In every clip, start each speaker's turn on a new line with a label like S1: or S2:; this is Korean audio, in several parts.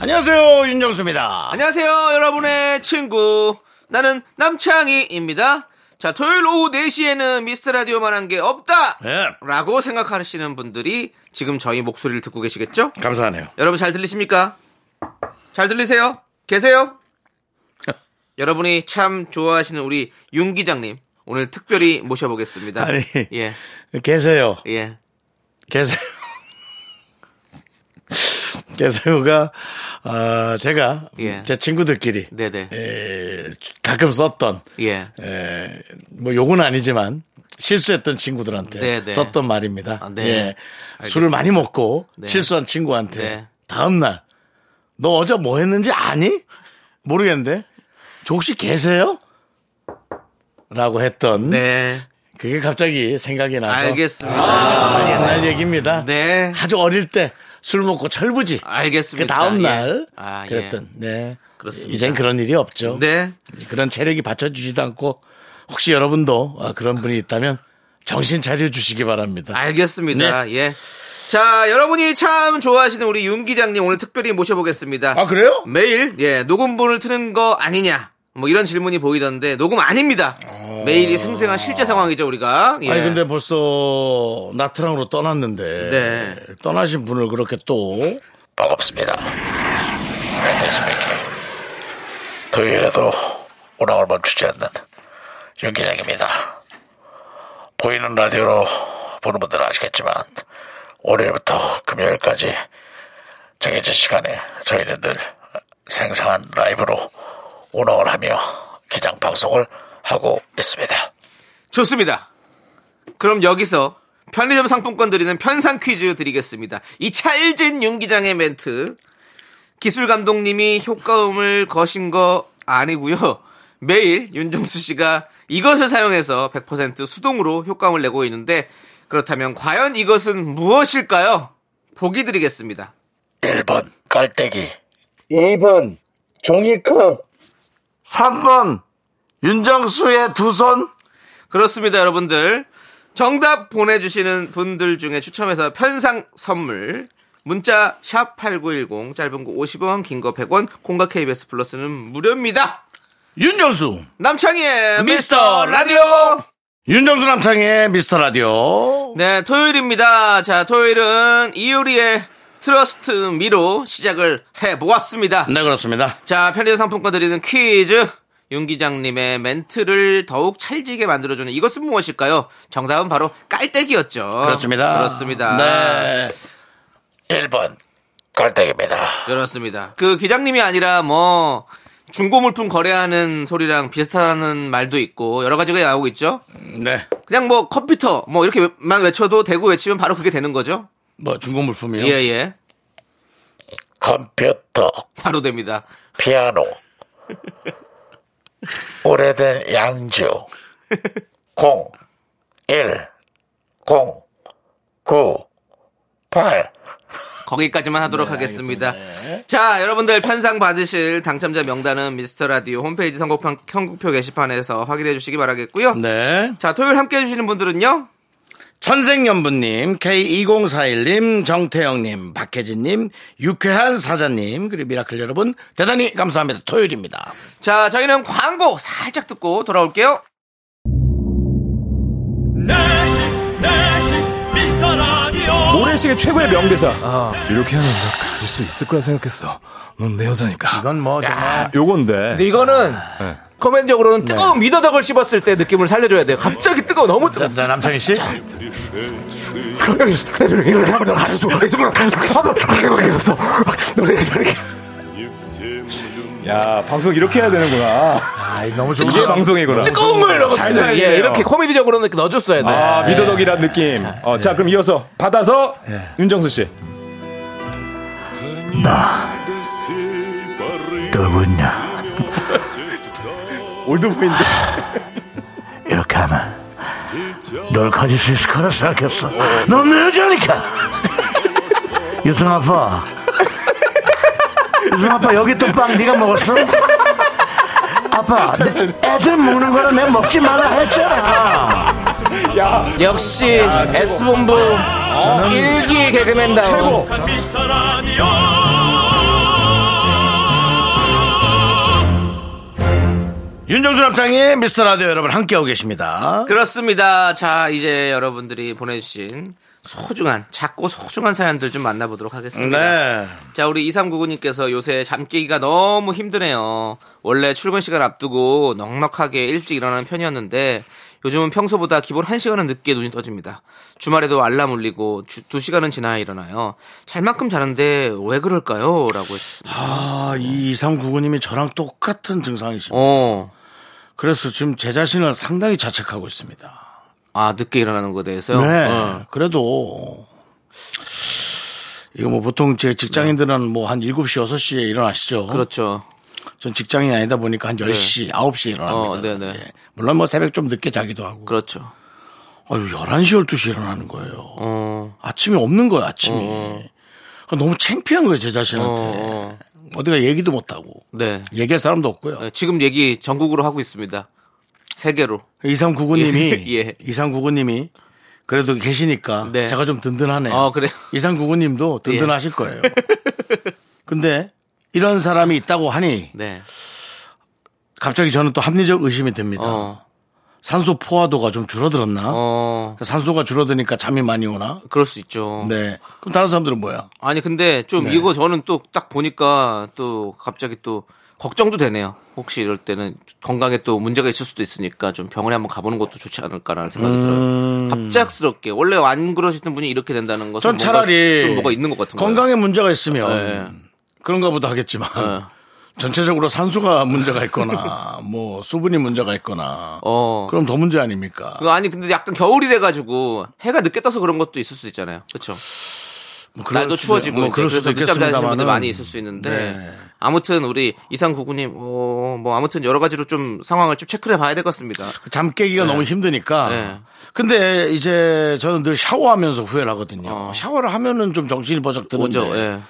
S1: 안녕하세요 윤정수입니다.
S2: 안녕하세요, 여러분의 친구. 나는 남창희입니다. 자, 토요일 오후 4시에는 미스터 라디오만 한 게 없다!
S1: 예,
S2: 라고 생각하시는 분들이 지금 저희 목소리를 듣고 계시겠죠?
S1: 감사하네요.
S2: 여러분 잘 들리십니까? 잘 들리세요? 계세요? 여러분이 참 좋아하시는 우리 윤 기장님, 오늘 특별히 모셔보겠습니다.
S1: 아니.
S2: 예,
S1: 계세요.
S2: 예.
S1: 계세요. 계세요가 아, 제가
S2: 예.
S1: 제 친구들끼리
S2: 네네.
S1: 에, 가끔 썼던
S2: 예.
S1: 에, 뭐 욕은 아니지만 실수했던 친구들한테
S2: 네, 네.
S1: 썼던 말입니다.
S2: 아, 네.
S1: 예.
S2: 알겠습니다.
S1: 술을 많이 먹고
S2: 네.
S1: 실수한 친구한테
S2: 네.
S1: 다음 날 너 어제 뭐 했는지 아니? 모르겠는데 저 혹시 계세요? 라고 했던
S2: 네.
S1: 그게 갑자기 생각이 나서
S2: 알겠습니다.
S1: 정말 옛날 얘기입니다.
S2: 아, 네.
S1: 아주 어릴 때 술 먹고 철부지.
S2: 알겠습니다.
S1: 그 다음
S2: 예.
S1: 날
S2: 아, 예.
S1: 그랬던. 네.
S2: 그렇습니다.
S1: 이젠 그런 일이 없죠.
S2: 네.
S1: 그런 체력이 받쳐주지도 않고 혹시 여러분도 아, 그런 분이 있다면 정신 차려 주시기 바랍니다.
S2: 네. 아, 알겠습니다.
S1: 네.
S2: 예. 자, 여러분이 참 좋아하시는 우리 윤 기장님 오늘 특별히 모셔보겠습니다.
S1: 아 그래요?
S2: 매일 예 녹음본을 트는 거 아니냐 뭐 이런 질문이 보이던데 녹음 아닙니다. 매일이 생생한 실제 상황이죠 우리가. 예.
S1: 어. 아니 근데 벌써 나트랑으로 떠났는데
S2: 네.
S1: 떠나신 분을 그렇게 또
S3: 반갑습니다. 벤테스백이 토요일에도 오락을 멈추지 않는 윤기장입니다. 보이는 라디오로 보는 분들은 아시겠지만 월요일부터 금요일까지 정해진 시간에 저희는 늘 생생한 라이브로 운영을 하며 기장 방송을 하고 있습니다.
S2: 좋습니다. 그럼 여기서 편의점 상품권 드리는 편상 퀴즈 드리겠습니다. 이 찰진 윤 기장의 멘트 기술 감독님이 효과음을 거신 거 아니고요. 매일 윤종수 씨가 이것을 사용해서 100% 수동으로 효과음을 내고 있는데 그렇다면 과연 이것은 무엇일까요? 보기 드리겠습니다.
S3: 1번 깔때기
S1: 2번 종이컵 3번 윤정수의 두 손
S2: 그렇습니다, 여러분들. 정답 보내주시는 분들 중에 추첨해서 편상 선물. 문자 샵 8910 짧은 거 50원 긴 거 100원 콩과 KBS 플러스는 무료입니다.
S1: 윤정수
S2: 남창희의 미스터 라디오
S1: 윤정수 남창의 미스터 라디오
S2: 네 토요일입니다. 자 토요일은 이효리의 트러스트 미로 시작을 해보았습니다.
S1: 네 그렇습니다
S2: 자, 편의점 상품권 드리는 퀴즈. 윤 기장님의 멘트를 더욱 찰지게 만들어주는 이것은 무엇일까요? 정답은 바로 깔때기였죠.
S1: 아, 그렇습니다
S2: 그렇습니다.
S1: 네
S3: 1번 깔때기입니다.
S2: 그렇습니다. 그 기장님이 아니라 뭐 중고 물품 거래하는 소리랑 비슷하다는 말도 있고 여러 가지가 나오고 있죠.
S1: 네.
S2: 그냥 뭐 컴퓨터 뭐 이렇게만 외쳐도 되고 외치면 바로 그게 되는 거죠.
S1: 뭐 중고 물품이요?
S2: 예, 예.
S3: 컴퓨터
S2: 바로 됩니다.
S3: 어, 피아노, 오래된 양주, 0, 1, 0, 9, 8.
S2: 거기까지만 하도록 하겠습니다. 자, 여러분들 편상 받으실 당첨자 명단은 미스터 라디오 홈페이지 선곡판 선곡표 게시판에서 확인해 주시기 바라겠고요.
S1: 네.
S2: 자, 토요일 함께 해주시는 분들은요.
S1: 천생연분님, K2041님, 정태영님, 박혜진님, 유쾌한 사자님, 그리고 미라클 여러분, 대단히 감사합니다. 토요일입니다.
S2: 자, 저희는 광고 살짝 듣고 돌아올게요.
S4: 내시 내시 미스터 라디오
S5: 모래시계 최고의 명대사.
S1: 아.
S5: 이렇게 하면 나 가질 수 있을 거라 생각했어. 넌 내 여자니까.
S1: 이건 뭐 정말. 네.
S5: 요건데. 네.
S2: 이거는 커맨적으로는 뜨거운 미더덕을 씹었을 때 느낌을 살려줘야 돼요. 갑자기 뜨거워, 너무 뜨거워.
S1: 자, 자, 남창희 씨.
S5: 야, 방송 이렇게 해야 되는구나.
S1: 아이, 너무 좋은
S5: 이게 방송이구나.
S2: 뜨거운 걸 넣었어요.
S5: 살려요.
S2: 예, 이렇게 코미디적으로는 이렇게 넣어줬어야 돼요.
S5: 아,
S6: 예.
S5: 미더덕이란 느낌. 어, 자, 그럼 이어서 받아서 윤정수 씨.
S1: 나
S3: 누구냐?
S1: 올드보인데.
S3: 이렇게 하면 널 가질 수 있을 거라 생각했어. 넌 내 여자니까. 유승 아빠. 유승 아빠 여기 또 빵 네가 먹었어? 아빠 내 애들 먹는 거라 내가 먹지 말라 했잖아.
S6: 역시 S본부 일기 개그맨다운
S4: 행복한 미스터 라디오
S1: 윤정수 남창의 미스터 라디오 여러분 함께하고 계십니다.
S2: 그렇습니다. 자, 이제 여러분들이 보내주신 소중한, 작고 소중한 사연들 좀 만나보도록 하겠습니다.
S1: 네.
S2: 자, 우리 2399님께서 요새 잠 깨기가 너무 힘드네요. 원래 출근 시간 앞두고 넉넉하게 일찍 일어나는 편이었는데 요즘은 평소보다 기본 1시간은 늦게 눈이 떠집니다. 주말에도 알람 울리고 주, 2시간은 지나야 일어나요. 잘만큼 자는데 왜 그럴까요? 라고 했습니다.
S1: 아, 이 2399님이 저랑 똑같은 증상이십니다.
S2: 어.
S1: 그래서 지금 제 자신을 상당히 자책하고 있습니다.
S2: 아, 늦게 일어나는 거에 대해서요?
S1: 네.
S2: 어.
S1: 그래도 이거 뭐 보통 제 직장인들은 뭐 한 7시, 6시에 일어나시죠.
S2: 네. 그렇죠. 네.
S1: 전 직장인이 아니다 보니까 한 10시, 9시에 일어납니다.
S2: 어, 네네.
S1: 예. 물론 뭐 새벽 좀 늦게 자기도 하고.
S2: 그렇죠.
S1: 아유, 11시, 12시에 일어나는 거예요.
S2: 어.
S1: 아침이 없는 거예요, 아침이. 그러니까 너무 창피한 거예요, 제 자신한테.
S2: 어, 어.
S1: 어디가 얘기도 못하고.
S2: 네.
S1: 얘기할 사람도 없고요.
S2: 네, 지금 얘기 전국으로 하고 있습니다. 세계로.
S1: 이상구구님이
S2: 예, 예.
S1: 이상구구님이 그래도 계시니까
S2: 네.
S1: 제가 좀 든든하네요.
S2: 어, 그래요?
S1: 이상구구님도 든든하실 거예요. 근데 이런 사람이 있다고 하니
S2: 네.
S1: 갑자기 저는 또 합리적 의심이 듭니다.
S2: 어.
S1: 산소 포화도가 좀 줄어들었나?
S2: 어.
S1: 산소가 줄어드니까 잠이 많이 오나?
S2: 그럴 수 있죠.
S1: 네. 그럼 다른 사람들은 뭐야?
S2: 아니 근데 좀
S1: 네.
S2: 이거 저는 또 딱 보니까 또 갑자기 또 걱정도 되네요. 혹시 이럴 때는 건강에 또 문제가 있을 수도 있으니까 좀 병원에 한번 가보는 것도 좋지 않을까라는 생각이 들어요. 갑작스럽게 원래 안 그러시던 분이 이렇게 된다는 것은
S1: 음. 전
S2: 뭔가
S1: 차라리
S2: 좀 뭐가 있는 것 같은 거예요.
S1: 건강에 문제가 있으면
S2: 네.
S1: 그런가 보다 하겠지만 전체적으로 산소가 문제가 있거나 뭐 수분이 문제가 있거나
S2: 어.
S1: 그럼 더 문제 아닙니까?
S2: 그거 아니 근데 약간 겨울이래 가지고 해가 늦게 떠서 그런 것도 있을 수 있잖아요. 그렇죠.
S1: 뭐 그럴
S2: 날도
S1: 수도-
S2: 추워지고
S1: 뭐
S2: 이제
S1: 그럴 수도
S2: 그래서 늦잠 자시는 분들
S1: 있겠습니다만은.
S2: 많이 있을 수 있는데
S1: 네.
S2: 아무튼 우리 이상 구구님 어, 뭐 아무튼 여러 가지로 좀 상황을 좀 체크를 해봐야 될 것 같습니다.
S1: 잠 깨기가 너무 힘드니까.
S2: 네.
S1: 근데 이제 저는 늘 샤워하면서 후회를 하거든요.
S2: 어.
S1: 샤워를 하면은 좀 정신이 버쩍 드는데.
S2: 오죠. 예.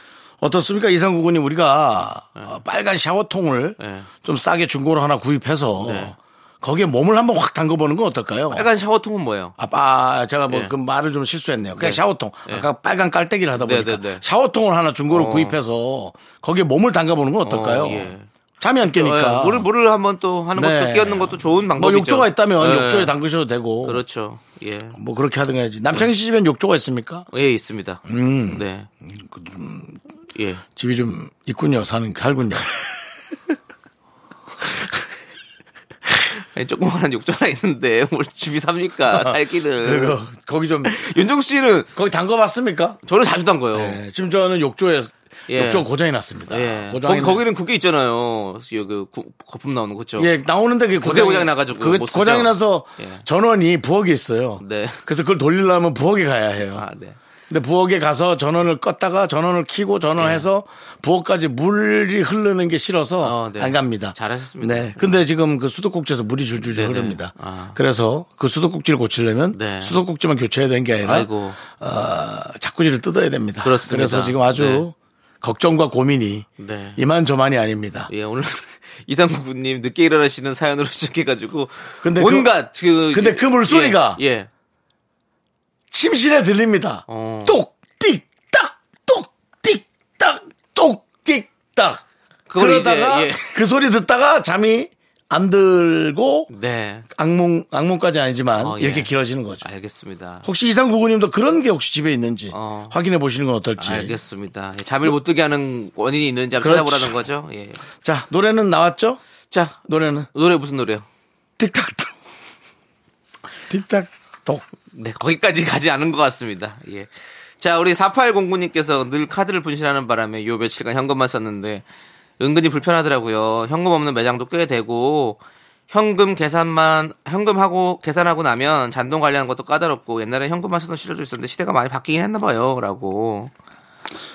S1: 어떻습니까? 이상구군이 우리가 어, 빨간 샤워통을
S2: 네.
S1: 좀 싸게 중고로 하나 구입해서
S2: 네. 아,
S1: 거기에 몸을 한번 확 담궈보는 건 어떨까요?
S2: 빨간 샤워통은 뭐예요?
S1: 아, 아, 제가 뭐
S2: 예.
S1: 그 말을 좀 실수했네요. 그냥
S2: 네.
S1: 샤워통.
S2: 예.
S1: 아까 빨간 깔때기를 하다 보니까
S2: 네, 네, 네.
S1: 샤워통을 하나 중고로
S2: 어.
S1: 구입해서 거기에 몸을 담가보는 건 어떨까요?
S2: 어, 예.
S1: 잠이 안 깨니까.
S2: 예, 물을 물을 한번 또 하는 것도
S1: 그러니까. 네.
S2: 끼얹는 것도 좋은 방법이죠.
S1: 뭐 욕조가 있다면
S2: 예.
S1: 욕조에 담그셔도 되고.
S2: 그렇죠. 예.
S1: 뭐 그렇게 하든가 해야지. 남창희 씨 집엔 욕조가 있습니까?
S2: 예, 있습니다.
S1: 음.
S2: 네. 예.
S1: 집이 좀 있군요. 사는 살군요.
S2: 아니, 조그만한 욕조 하나 있는데 뭘 집이 삽니까? 살기는.
S1: 그리고 거기 좀
S2: 윤종 씨는
S1: 거기 담궈봤습니까?
S2: 저는 자주 담가요.
S1: 네, 지금 저는 욕조에
S2: 예.
S1: 욕조 고장이 났습니다.
S2: 예.
S1: 고장이
S2: 거기, 거기는 그게 있잖아요. 그 구- 거품 나오는 거죠.
S1: 나- 예 나오는데 그게
S2: 그게 고장이 나가지고
S1: 그게
S2: 못 쓰죠.
S1: 고장이 나서
S2: 예.
S1: 전원이 부엌에 있어요.
S2: 네.
S1: 그래서 그걸 돌리려면 부엌에 가야 해요.
S2: 아, 네.
S1: 근데 부엌에 가서 전원을 껐다가 전원을 켜고 전원해서 부엌까지 물이 흐르는 게 싫어서
S2: 예. 어, 네.
S1: 안 갑니다.
S2: 잘하셨습니다.
S1: 네. 근데 지금 그 수도꼭지에서 물이 줄줄줄
S2: 네네.
S1: 흐릅니다.
S2: 아.
S1: 그래서 그 수도꼭지를 고치려면
S2: 네.
S1: 수도꼭지만 교체해야 되는 게 아니라
S2: 아이고.
S1: 어, 자꾸지를 뜯어야 됩니다.
S2: 그렇습니다.
S1: 래서 지금 아주
S2: 네.
S1: 걱정과 고민이
S2: 네.
S1: 이만저만이 아닙니다.
S2: 예, 오늘 이상구님 늦게 일어나시는 사연으로 시작해가지고
S1: 근데
S2: 온갖 그,
S1: 근데 그 물소리가
S2: 예, 예.
S1: 침실에 들립니다.
S2: 어.
S1: 똑띡딱 똑띡딱 똑띡딱
S2: 그걸 이제,
S1: 그러다가
S2: 예.
S1: 그 소리 듣다가 잠이 안 들고
S2: 네
S1: 악몽 악몽까지 아니지만
S2: 어, 예.
S1: 이렇게 길어지는 거죠.
S2: 알겠습니다.
S1: 혹시 이상 구구님도 그런 게 혹시 집에 있는지
S2: 어.
S1: 확인해 보시는 건 어떨지.
S2: 알겠습니다. 예, 잠을 못 뜨게 하는 원인이 있는지 한번
S1: 그렇죠.
S2: 찾아보라는 거죠. 예.
S1: 자 노래는 나왔죠?
S2: 자
S1: 노래는
S2: 노래 무슨 노래요?
S1: 틱탁톡 틱탁톡
S2: 네, 거기까지 가지 않은 것 같습니다. 예. 자, 우리 4809님께서 늘 카드를 분실하는 바람에 요 며칠간 현금만 썼는데 은근히 불편하더라고요. 현금 없는 매장도 꽤 되고 현금 계산만 현금하고 계산하고 나면 잔돈 관리하는 것도 까다롭고 옛날에 현금만 쓰던 시절도 있었는데 시대가 많이 바뀌긴 했나 봐요라고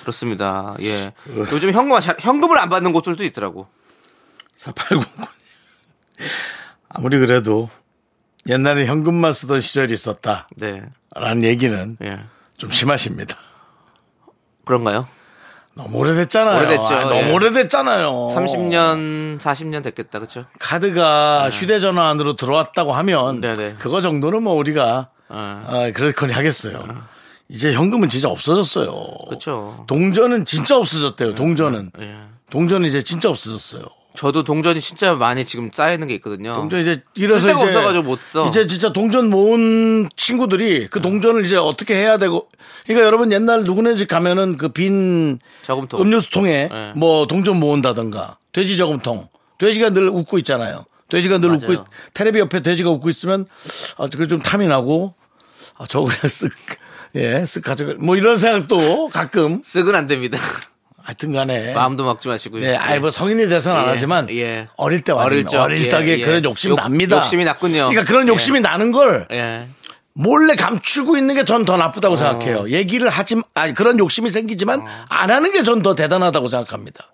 S2: 그렇습니다. 예. 요즘 현금 현금을 안 받는 곳들도 있더라고.
S1: 4809. 아무리 그래도 옛날에 현금만 쓰던 시절이 있었다.
S2: 네.
S1: 라는 얘기는
S2: 예.
S1: 좀 심하십니다.
S2: 그런가요?
S1: 너무 오래됐잖아요.
S2: 오래됐죠,
S1: 아, 너무
S2: 예.
S1: 오래됐잖아요.
S2: 30년, 40년 됐겠다, 그쵸?
S1: 카드가 휴대전화 안으로 들어왔다고 하면
S2: 네네.
S1: 그거 정도는 뭐 우리가
S2: 아.
S1: 아, 그렇거니 하겠어요. 이제 현금은 진짜 없어졌어요.
S2: 네. 그쵸.
S1: 동전은 진짜 없어졌대요. 동전은
S2: 예.
S1: 동전은 이제 진짜 없어졌어요.
S2: 저도 동전이 진짜 많이 지금 쌓이는 게 있거든요.
S1: 동전 이제 이래서
S2: 쓸데가
S1: 이제
S2: 없어가지고 못 써. 네.
S1: 이제 진짜 동전 모은 친구들이 그 동전을 이제 어떻게 해야 되고 그러니까 여러분 옛날 누구네 집 가면은 그 빈
S2: 저금통.
S1: 음료수통에
S2: 네.
S1: 뭐 동전 모은다던가 돼지 저금통 돼지가 늘 웃고 있잖아요. 돼지가 늘 웃고 있,
S2: 맞아요.
S1: 테레비 옆에 돼지가 웃고 있으면 아 그게 좀 탐이 나고 아 저거 그냥 쓱 예, 쓱 가져가 뭐 이런 생각도 가끔
S2: 쓱은 안 됩니다.
S1: 하여튼간에
S2: 마음도 막지 마시고요.
S1: 네, 아이 뭐 성인이 돼서는 안
S2: 예,
S1: 하지만
S2: 예.
S1: 어릴 때
S2: 어릴
S1: 어릴
S2: 적,
S1: 어릴 적에
S2: 예, 예.
S1: 그런 욕심
S2: 욕-
S1: 납니다.
S2: 욕심이 났군요.
S1: 그러니까 그런
S2: 예.
S1: 욕심이 나는 걸
S2: 예.
S1: 몰래 감추고 있는 게 전 더
S2: 어.
S1: 나쁘다고 생각해요. 얘기를 하지 아니 그런 욕심이 생기지만 안 하는 게 전 더 대단하다고 생각합니다.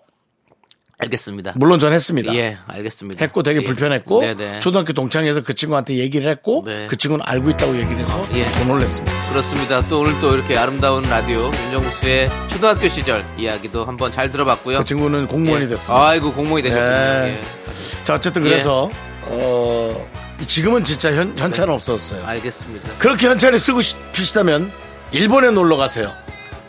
S2: 알겠습니다.
S1: 물론 전 했습니다.
S2: 예, 알겠습니다.
S1: 했고 되게
S2: 예.
S1: 불편했고
S2: 네네.
S1: 초등학교 동창회에서 그 친구한테 얘기를 했고
S2: 네.
S1: 그 친구는 알고 있다고 얘기를 해서
S2: 예.
S1: 더 놀랐습니다.
S2: 그렇습니다. 또 오늘 또 이렇게 아름다운 라디오 윤정수의 초등학교 시절 이야기도 한번 잘 들어봤고요.
S1: 그 친구는 공무원이
S2: 예.
S1: 됐습니다.
S2: 아이고 공무원이 되셨군요.
S1: 예.
S2: 예.
S1: 자 어쨌든 그래서 어, 지금은 진짜 현, 현찰은
S2: 네.
S1: 없었어요.
S2: 알겠습니다.
S1: 그렇게 현찰을 쓰고 싶으시다면 일본에 놀러 가세요.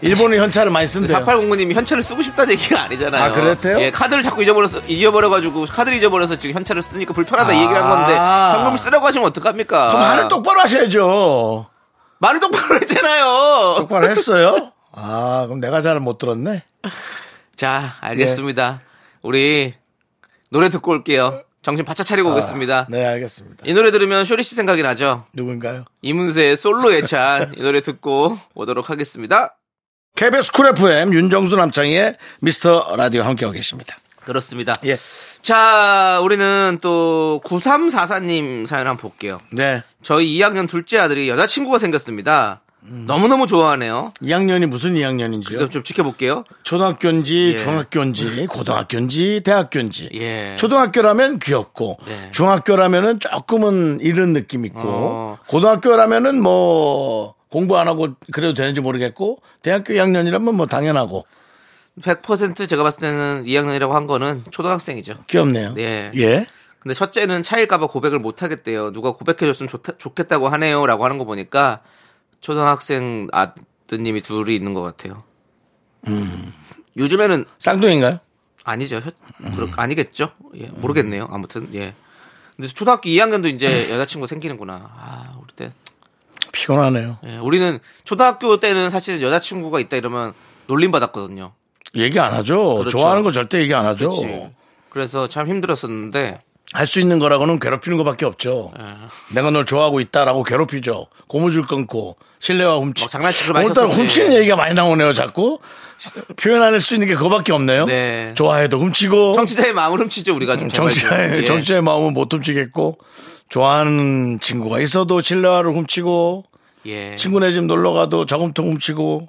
S1: 일본은 현찰을 많이 쓴대요.
S2: 4809님이 현찰을 쓰고 싶다는 얘기가 아니잖아요.
S1: 아, 그랬대요?
S2: 예, 카드를 자꾸 잊어버려서, 잊어버려가지고, 카드를 잊어버려서 지금 현찰을 쓰니까 불편하다 이 얘기를 한 건데,
S1: 아.
S2: 현금을 쓰라고 하시면 어떡합니까?
S1: 그럼 아, 말을 똑바로 하셔야죠.
S2: 말을 똑바로 했잖아요!
S1: 똑바로 했어요? 아, 그럼 내가 잘 못 들었네.
S2: 자, 알겠습니다.
S1: 예.
S2: 우리, 노래 듣고 올게요. 정신 바짝 차리고 오겠습니다.
S1: 네, 알겠습니다.
S2: 이 노래 들으면 쇼리 씨 생각이 나죠?
S1: 누군가요?
S2: 이문세의 솔로 예찬. 이 노래 듣고 오도록 하겠습니다.
S1: KBS 쿨 FM 윤정수 남창희의 미스터 라디오 함께하고 계십니다.
S2: 그렇습니다.
S1: 예.
S2: 자, 우리는 또 9344님 사연 한번 볼게요.
S1: 네.
S2: 저희 2학년 둘째 아들이 여자친구가 생겼습니다. 너무너무 좋아하네요.
S1: 2학년이 무슨 2학년인지요?
S2: 이거 좀 지켜볼게요.
S1: 초등학교인지
S2: 그러니까 예.
S1: 중학교인지 고등학교인지 대학교인지
S2: 예.
S1: 초등학교라면 귀엽고
S2: 네.
S1: 중학교라면은 조금은 이런 느낌 있고
S2: 어.
S1: 고등학교라면은 뭐 공부 안 하고 그래도 되는지 모르겠고 대학교 2학년이라면 뭐 당연하고
S2: 100% 제가 봤을 때는 2학년이라고 한 거는 초등학생이죠.
S1: 귀엽네요.
S2: 네.
S1: 예.
S2: 근데 첫째는 차일까봐 고백을 못 하겠대요. 누가 고백해줬으면 좋다, 좋겠다고 하네요. 라고 하는 거 보니까 초등학생 아드님이 둘이 있는 것 같아요. 요즘에는
S1: 쌍둥이인가요?
S2: 아니죠. 혀, 그렇, 아니겠죠? 예, 모르겠네요. 아무튼, 예. 근데 초등학교 2학년도 이제 여자친구 생기는구나. 아, 우리 때.
S1: 피곤하네요.
S2: 예, 우리는 초등학교 때는 사실 여자친구가 있다 이러면 놀림받았거든요.
S1: 얘기 안 하죠.
S2: 그렇죠.
S1: 좋아하는 거 절대 얘기 안 하죠.
S2: 그치? 그래서 참 힘들었었는데,
S1: 할 수 있는 거라고는 괴롭히는 것밖에 없죠.
S2: 예.
S1: 내가 널 좋아하고 있다라고 괴롭히죠. 고무줄 끊고 신뢰와 훔치.
S2: 막뭐 장난치기로 많이
S1: 오늘따라
S2: 썼었는데.
S1: 훔치는 얘기가 많이 나오네요. 자꾸 표현 안 할 수 있는 게 그거밖에 없네요.
S2: 네.
S1: 좋아해도 훔치고
S2: 청취자의 마음을 훔치죠, 우리가. 좀 제발 좀.
S1: 어? 정치자의
S2: 예.
S1: 정치자의 마음은 못 훔치겠고 좋아하는 친구가 있어도 신뢰화를 훔치고
S2: 예.
S1: 친구네 집 놀러 가도 저금통 훔치고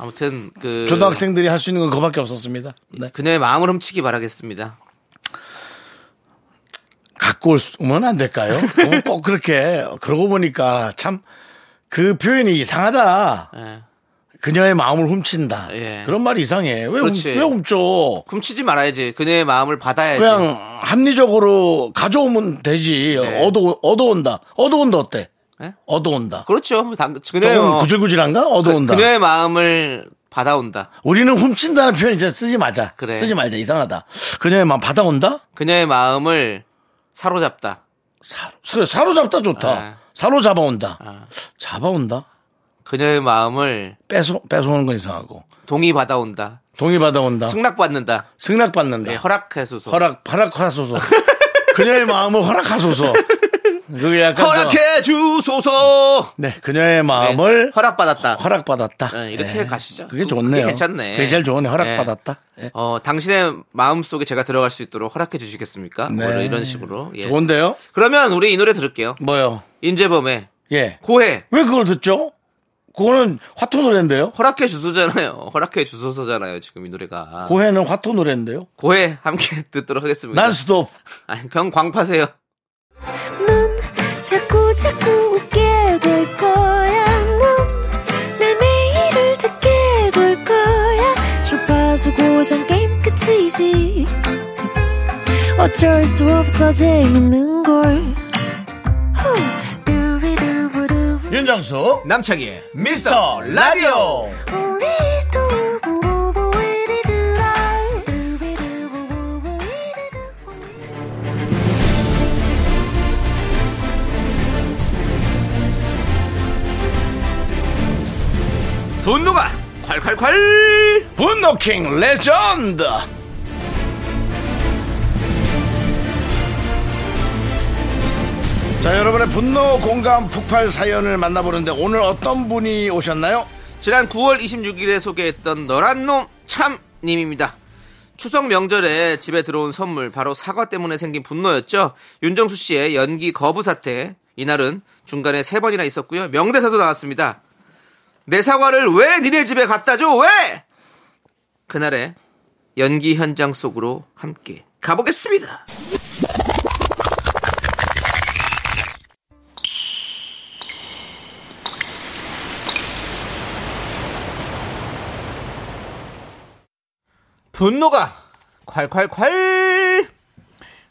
S2: 아무튼, 그.
S1: 초등학생들이 할 수 있는 건 그거밖에 없었습니다. 네.
S2: 그녀의 마음을 훔치기 바라겠습니다.
S1: 갖고 오면 안 될까요? 너무 꼭 그렇게 그러고 보니까 참 그 표현이 이상하다.
S2: 예.
S1: 그녀의 마음을 훔친다.
S2: 예.
S1: 그런 말이 이상해. 왜, 훔,
S2: 그렇지.
S1: 왜 훔쳐?
S2: 훔치지 말아야지. 그녀의 마음을 받아야지.
S1: 그냥 합리적으로 가져오면 되지.
S2: 네.
S1: 얻어 얻어온다. 얻어온다 어때?
S2: 예?
S1: 얻어온다.
S2: 그렇죠. 당, 그녀의,
S1: 조금
S2: 어,
S1: 구질구질한가? 얻어온다.
S2: 그녀의 마음을 받아온다.
S1: 우리는 훔친다는 표현 이제 쓰지 마자.
S2: 그래.
S1: 쓰지 말자. 이상하다. 그녀의 마음 받아온다?
S2: 그녀의 마음을 사로잡다.
S1: 사, 그래, 사로잡다 좋다.
S2: 아.
S1: 사로잡아온다.
S2: 아.
S1: 잡아온다?
S2: 그녀의 마음을
S1: 뺏어, 뺏어오는 건 이상하고.
S2: 동의 받아온다.
S1: 동의받아온다.
S2: 승낙받는다.
S1: 승낙받는다.
S2: 예, 허락해소서.
S1: 허락, 허락하소서. 그녀의 마음을 허락하소서. 그게 약간. 저-
S2: 허락해 주소서.
S1: 네, 그녀의 마음을
S2: 네, 허락받았다.
S1: 허락받았다.
S2: 네, 이렇게
S1: 예.
S2: 가시죠.
S1: 그게
S2: 그-
S1: 좋네요.
S2: 그게 괜찮네.
S1: 그게 제일 좋으네. 허락받았다.
S2: 예. 어, 당신의 마음 속에 제가 들어갈 수 있도록 허락해 주시겠습니까?
S1: 네.
S2: 오늘 이런 식으로. 예.
S1: 좋은데요?
S2: 그러면 우리 이 노래 들을게요.
S1: 뭐요?
S2: 인재범의
S1: 예.
S2: 고해.
S1: 왜 그걸 듣죠? 그거는 화토 노래인데요.
S2: 허락해 주소잖아요. 허락해 주소서잖아요. 지금 이 노래가.
S1: 고해는 화토 노래인데요.
S2: 고해 함께 듣도록 하겠습니다.
S1: 난 스톱.
S2: 아니, 그럼 광파세요.
S7: 넌 자꾸 자꾸 웃게 될 거야. 넌내 매일을 듣게 될 거야. 주파수 고정 게임 끝이지. 어쩔 수 없어 재밌는 걸. 후. 두비두부두.
S1: 윤정수.
S2: 남창희의 미스터 라디오.
S7: 우리 두부부부 우리들아. 두비두부부부 우리들아.
S2: 분노가 콸콸콸!
S1: 분노킹 레전드. 자, 여러분의 분노 공감 폭발 사연을 만나보는데 오늘 어떤 분이 오셨나요?
S2: 지난 9월 26일에 소개했던 너란 놈 참 님입니다. 추석 명절에 집에 들어온 선물 바로 사과 때문에 생긴 분노였죠. 윤정수 씨의 연기 거부 사태 이날은 중간에 세 번이나 있었고요. 명대사도 나왔습니다. 내 사과를 왜 니네 집에 갖다 줘? 왜? 그날의 연기 현장 속으로 함께 가보겠습니다. 분노가 콸콸콸.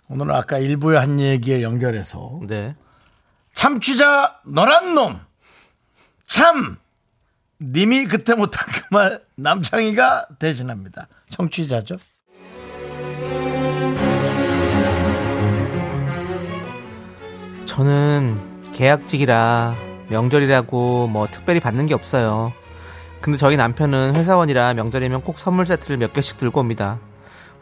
S1: 오늘은 아까 일부의 한 얘기에 연결해서
S2: 네.
S1: 참취자 너란 놈. 참. 님이 그때 못한 그 말 남창희가 대신합니다. 청취자죠.
S2: 저는 계약직이라 명절이라고 뭐 특별히 받는 게 없어요. 근데 저희 남편은 회사원이라 명절이면 꼭 선물 세트를 몇 개씩 들고 옵니다.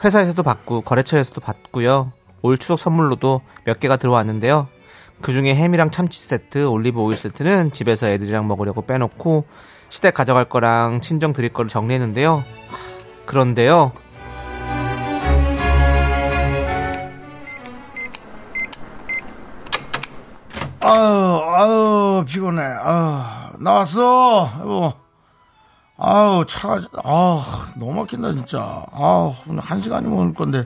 S2: 회사에서도 받고 거래처에서도 받고요. 올 추석 선물로도 몇 개가 들어왔는데요. 그 중에 햄이랑 참치 세트, 올리브 오일 세트는 집에서 애들이랑 먹으려고 빼놓고 시댁 가져갈 거랑 친정 드릴 거를 정리했는데요. 그런데요.
S1: 아유, 아유, 피곤해. 아유, 나왔어. 여보. 아유, 차가, 아우, 너무 막힌다, 진짜. 아우, 오늘 한 시간이면 올 건데,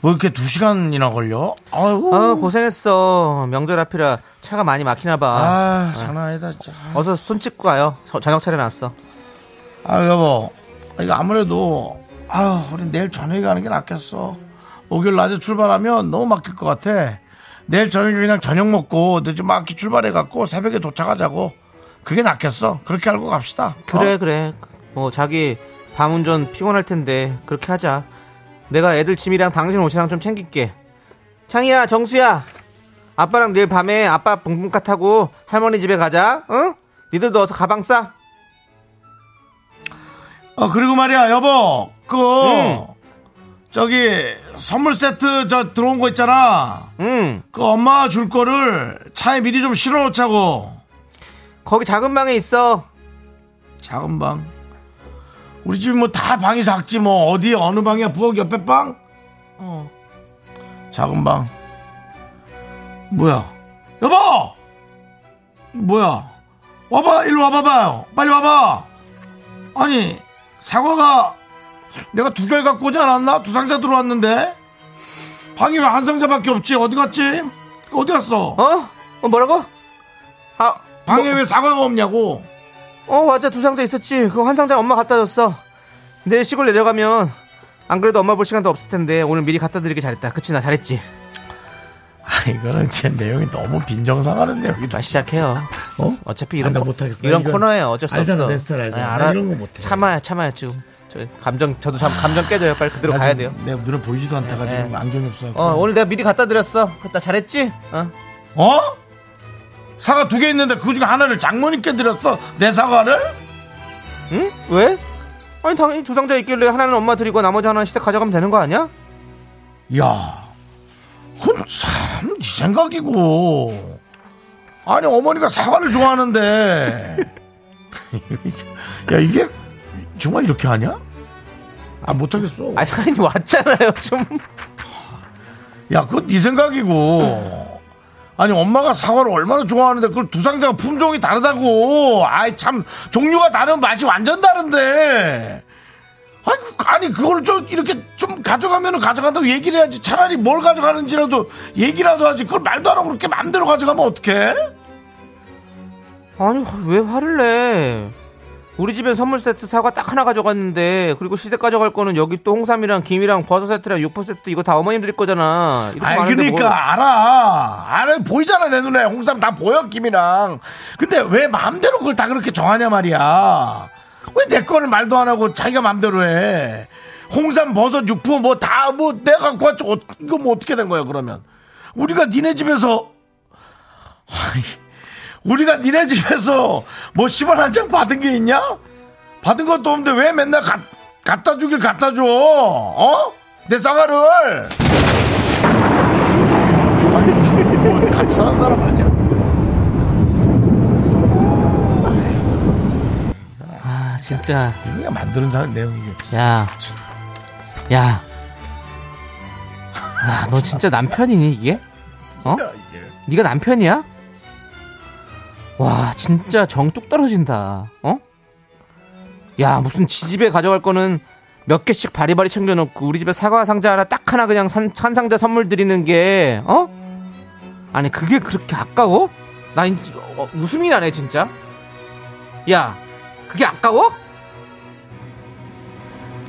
S1: 뭐 이렇게 두 시간이나 걸려? 아유,
S2: 아, 고생했어. 명절 앞이라 차가 많이 막히나 봐.
S1: 아, 장난 아니다, 진짜.
S2: 어서 손 씻고 가요. 저- 저녁 차려놨어.
S1: 아유, 여보. 이거 아무래도, 아유, 우리 내일 저녁에 가는 게 낫겠어. 목요일 낮에 출발하면 너무 막힐 것 같아. 내일 저녁에 그냥 저녁 먹고, 늦지 막히 출발해갖고, 새벽에 도착하자고. 그게 낫겠어. 그렇게 알고 갑시다. 어?
S2: 그래 그래. 뭐 자기 밤 운전 피곤할 텐데 그렇게 하자. 내가 애들 짐이랑 당신 옷이랑 좀 챙길게. 창희야, 정수야. 아빠랑 내일 밤에 아빠 붕붕카 타고 할머니 집에 가자. 응? 니들도 어서 가방 싸.
S1: 어 그리고 말이야 여보 그
S2: 응.
S1: 저기 선물 세트 저 들어온 거 있잖아
S2: 응.
S1: 그 엄마 줄 거를 차에 미리 좀 실어 놓자고
S2: 거기 작은 방에 있어.
S1: 작은 방 우리 집이 뭐 다 방이 작지 뭐 어디 어느 방이야 부엌 옆에 방? 어 작은 방 뭐야 여보 뭐야 와봐 일로 와봐봐요 빨리 와봐 아니 사과가 내가 두 개를 갖고 오지 않았나? 두 상자 들어왔는데 방이 왜 한 상자밖에 없지? 어디 갔지? 어디 갔어?
S2: 어? 어 뭐라고? 아,
S1: 방에 왜 사과가 없냐고
S2: 어 맞아 두 상자 있었지. 그 한 상자 엄마 갖다 줬어. 내일 시골 내려가면 안 그래도 엄마 볼 시간도 없을 텐데 오늘 미리 갖다 드리길 잘했다. 그치 나 잘했지.
S1: 아, 이거는 진짜 내용이 너무 빈정상하는 내용이다.
S2: 나 시작해요.
S1: 어?
S2: 어차피 이런
S1: 아, 나
S2: 거-
S1: 못하겠어. 나
S2: 이런
S1: 이건
S2: 코너예요. 어쩔 수
S1: 알잖아,
S2: 없어.
S1: 내 스타일 알잖아.
S2: 네,
S1: 나
S2: 알아-
S1: 이런 거 못해.
S2: 참아야 참아야 지금. 저 감정 저도 참 감정 깨져요. 빨리 그대로 가야 돼요.
S1: 내 눈에 보이지도 않다가 지금 안경이 없어.
S2: 어 오늘 내가 미리 갖다 드렸어. 나 잘했지? 어?
S1: 어? 사과 두 개 있는데 그 중에 하나를 장모님께 드렸어. 내 사과를?
S2: 응? 왜? 아니 당연히 두 상자 있길래 하나는 엄마 드리고 나머지 하나는 시댁 가져가면 되는 거 아니야?
S1: 야, 그건 참네 생각이고. 아니 어머니가 사과를 좋아하는데. 야 이게 정말 이렇게 하냐? 아 못하겠어.
S2: 아니 사장님 왔잖아요. 좀
S1: 야, 그건 네 생각이고. 아니 엄마가 사과를 얼마나 좋아하는데 그걸 두 상자가 품종이 다르다고. 아이 참 종류가 다른 맛이 완전 다른데. 아니, 그- 아니 그걸 좀 이렇게 좀 가져가면은 가져간다고 얘기를 해야지. 차라리 뭘 가져가는지라도 얘기라도 하지. 그걸 말도 안 하고 그렇게 마음대로 가져가면 어떡해?
S8: 아니 왜 화를 내? 우리 집엔 선물 세트 사과 딱 하나 가져갔는데 그리고 시댁 가져갈 거는 여기 또 홍삼이랑 김이랑 버섯 세트랑 육포 세트 이거 다 어머님 드릴 거잖아. 이렇게
S1: 아이
S8: 많은데
S1: 그러니까 알아. 알아 보이잖아 내 눈에 홍삼 다 보여 김이랑. 근데 왜 마음대로 그걸 다 그렇게 정하냐 말이야. 왜 내 거를 말도 안 하고 자기가 마음대로 해. 홍삼 버섯 육포 뭐 다 뭐 내가 갖고 왔죠. 어- 이거 뭐 어떻게 된 거야 그러면? 우리가 니네 집에서 아이, 우리가 니네 집에서 뭐 10원 한 장 받은 게 있냐? 받은 것도 없는데 왜 맨날 갖- 갖다 주길 갖다 줘? 어? 내 쌍화를 아니 뭐 같이 사는 사람 아니야?
S8: 뭐. 아 진짜
S1: 이거 그냥 만드는 사람 내용이겠지.
S8: 야, 야, 아, 너 진짜 남편이니 이게? 어? 네가 남편이야? 와, 진짜 정 뚝 떨어진다. 어? 야, 무슨 지집에 가져갈 거는 몇 개씩 바리바리 챙겨놓고 우리 집에 사과 상자 하나 딱 하나 그냥 산, 산 상자 선물 드리는 게 어? 아니 그게 그렇게 아까워? 나 이제 어, 웃음이 나네 진짜. 야, 그게 아까워?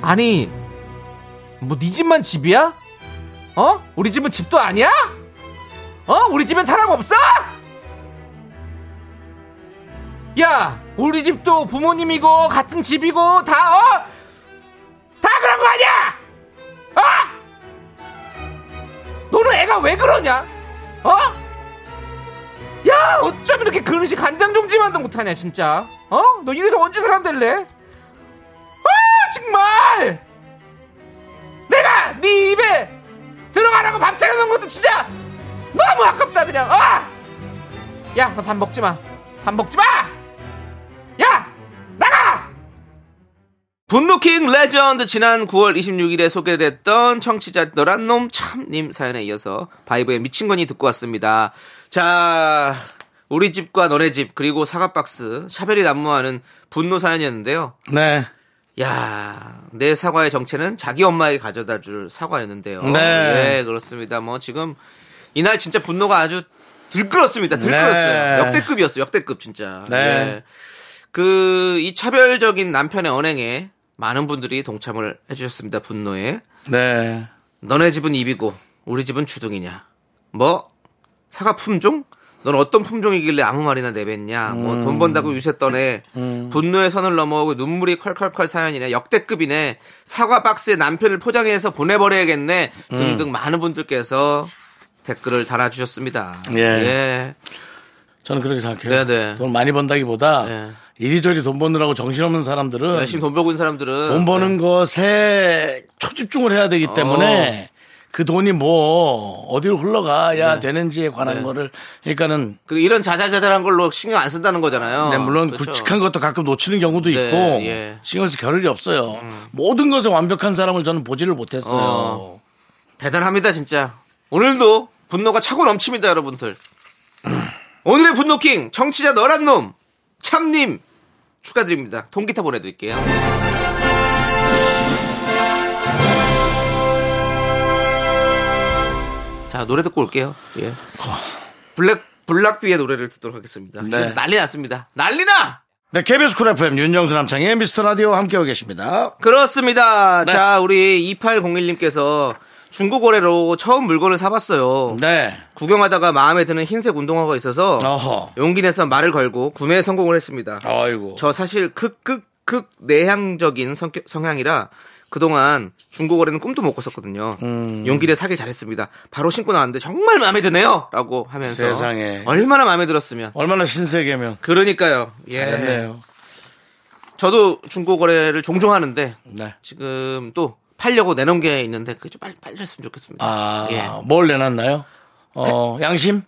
S8: 아니 뭐 네 집만 집이야? 어? 우리 집은 집도 아니야? 어? 우리 집엔 사람 없어? 야 우리 집도 부모님이고 같은 집이고 다 어? 다 그런 거 아니야? 어? 너는 애가 왜 그러냐? 어? 야 어쩜 이렇게 그릇이 간장종지만도 못하냐 진짜 어? 너 이래서 언제 사람 될래? 아, 정말 내가 네 입에 들어가라고 밥 차려놓은 것도 진짜 너무 아깝다 그냥 아! 야너 밥 먹지 마밥 먹지 마야 나가
S2: 분노킹 레전드 지난 9월 26일에 소개됐던 청취자 너란 놈 참님 사연에 이어서 바이브의 미친 건이 듣고 왔습니다. 자, 우리 집과 너네 집 그리고 사과 박스 샤벨이 난무하는 분노 사연이었는데요.
S1: 네.
S2: 야, 내 사과의 정체는 자기 엄마에게 가져다 줄 사과였는데요.
S1: 네.
S2: 예, 그렇습니다. 뭐 지금 이날 진짜 분노가 아주 들끓었습니다. 들끓었어요.
S1: 네.
S2: 역대급이었어요. 역대급 진짜.
S1: 네.
S2: 예. 그 이 차별적인 남편의 언행에 많은 분들이 동참을 해 주셨습니다. 분노에.
S1: 네.
S2: 너네 집은 입이고 우리 집은 주둥이냐? 뭐 사과 품종? 넌 어떤 품종이길래 아무 말이나 내뱉냐?
S1: 음.
S2: 뭐 돈 번다고 유세 떠네. 분노의 선을 넘어오고 눈물이 컬컬컬 사연이네. 역대급이네. 사과 박스에 남편을 포장해서 보내버려야겠네.
S1: 음.
S2: 등등 많은 분들께서 댓글을 달아주셨습니다.
S1: 예.
S2: 예.
S1: 저는 그렇게 생각해요.
S2: 네네.
S1: 돈 많이 번다기보다
S2: 네.
S1: 이리저리 돈 버느라고 정신없는 사람들은
S2: 열심히 돈 벌고 있는 사람들은 네.
S1: 돈 버는 것에 초집중을 해야 되기
S2: 어.
S1: 때문에 그 돈이 뭐 어디로 흘러가야
S2: 네.
S1: 되는지에 관한 거를 그러니까는
S2: 그리고 이런 자잘자잘한 걸로 신경 안 쓴다는 거잖아요.
S1: 네, 물론
S2: 그렇죠.
S1: 굵직한 것도 가끔 놓치는 경우도
S2: 네,
S1: 있고
S2: 예. 음.
S1: 신경 쓸 겨를이 없어요. 모든 것에 완벽한 사람을 저는 보지를 못했어요.
S2: 어. 대단합니다 진짜 오늘도 분노가 차고 넘칩니다 여러분들 오늘의 분노킹 정치자 너란 놈 참님 축하드립니다 통기타 보내드릴게요 자 노래 듣고 올게요 예. 블랙 블락비의 노래를 듣도록 하겠습니다
S1: 네.
S2: 난리 났습니다 난리나
S1: 네, KBS 쿨 FM 윤정수 남창의 미스터 라디오 함께하고 계십니다.
S2: 그렇습니다 자 우리 2801님께서 중고 거래로 처음 물건을 사봤어요
S1: 네.
S2: 구경하다가 마음에 드는 흰색 운동화가 있어서
S1: 어허.
S2: 용기 내서 말을 걸고 구매에 성공을 했습니다.
S1: 아. 아이고.
S2: 저 사실 극극극 내향적인 성격, 성향이라 그동안 중고거래는 꿈도 못 꿨었거든요.
S1: 음.
S2: 용기를 사길 잘했습니다. 바로 신고 나왔는데 정말 마음에 드네요. 라고 하면서
S1: 세상에.
S2: 얼마나 마음에 들었으면
S1: 얼마나 신세계면.
S2: 그러니까요. 예.
S1: 됐네요.
S2: 저도 중고거래를 종종 하는데
S1: 네.
S2: 지금 또 팔려고 내놓은 게 있는데 그게 좀 빨리 빨리 했으면 좋겠습니다.
S1: 아,
S2: 예.
S1: 뭘 내놨나요? 어, 양심?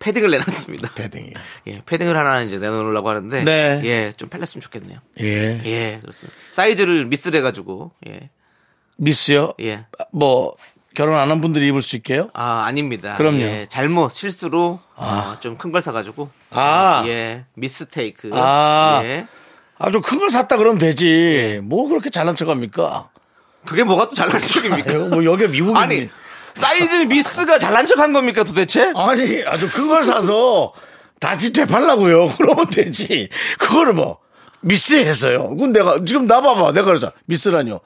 S2: 패딩을 내놨습니다.
S1: 패딩이.
S2: 예, 패딩을 하나 이제 내놓으려고 하는데
S1: 네.
S2: 예, 좀 팔렸으면 좋겠네요.
S1: 예.
S2: 예, 그렇습니다. 사이즈를 미스를 해가지고 예,
S1: 미스요?
S2: 예.
S1: 뭐, 결혼 안 한 분들이 입을 수 있게요?
S2: 아, 아닙니다.
S1: 그럼요.
S2: 예, 잘못, 실수로, 어, 좀 큰 걸 사가지고.
S1: 아.
S2: 예, 미스테이크.
S1: 아.
S2: 예.
S1: 아, 좀 큰 걸 샀다 그러면 되지. 뭐 그렇게 잘난 척 합니까?
S2: 그게 뭐가 또 잘난 척입니까?
S1: 아유, 뭐 여기 미국인.
S2: 아니,
S1: 아니,
S2: 사이즈 미스가 잘난 척 한 겁니까 도대체?
S1: 아니 아주 큰 걸 사서 다시 되팔라고요. 그러면 되지. 그거를 뭐, 미스해서요. 그건 내가, 지금 나 봐봐. 내가 그러자. 미스라뇨.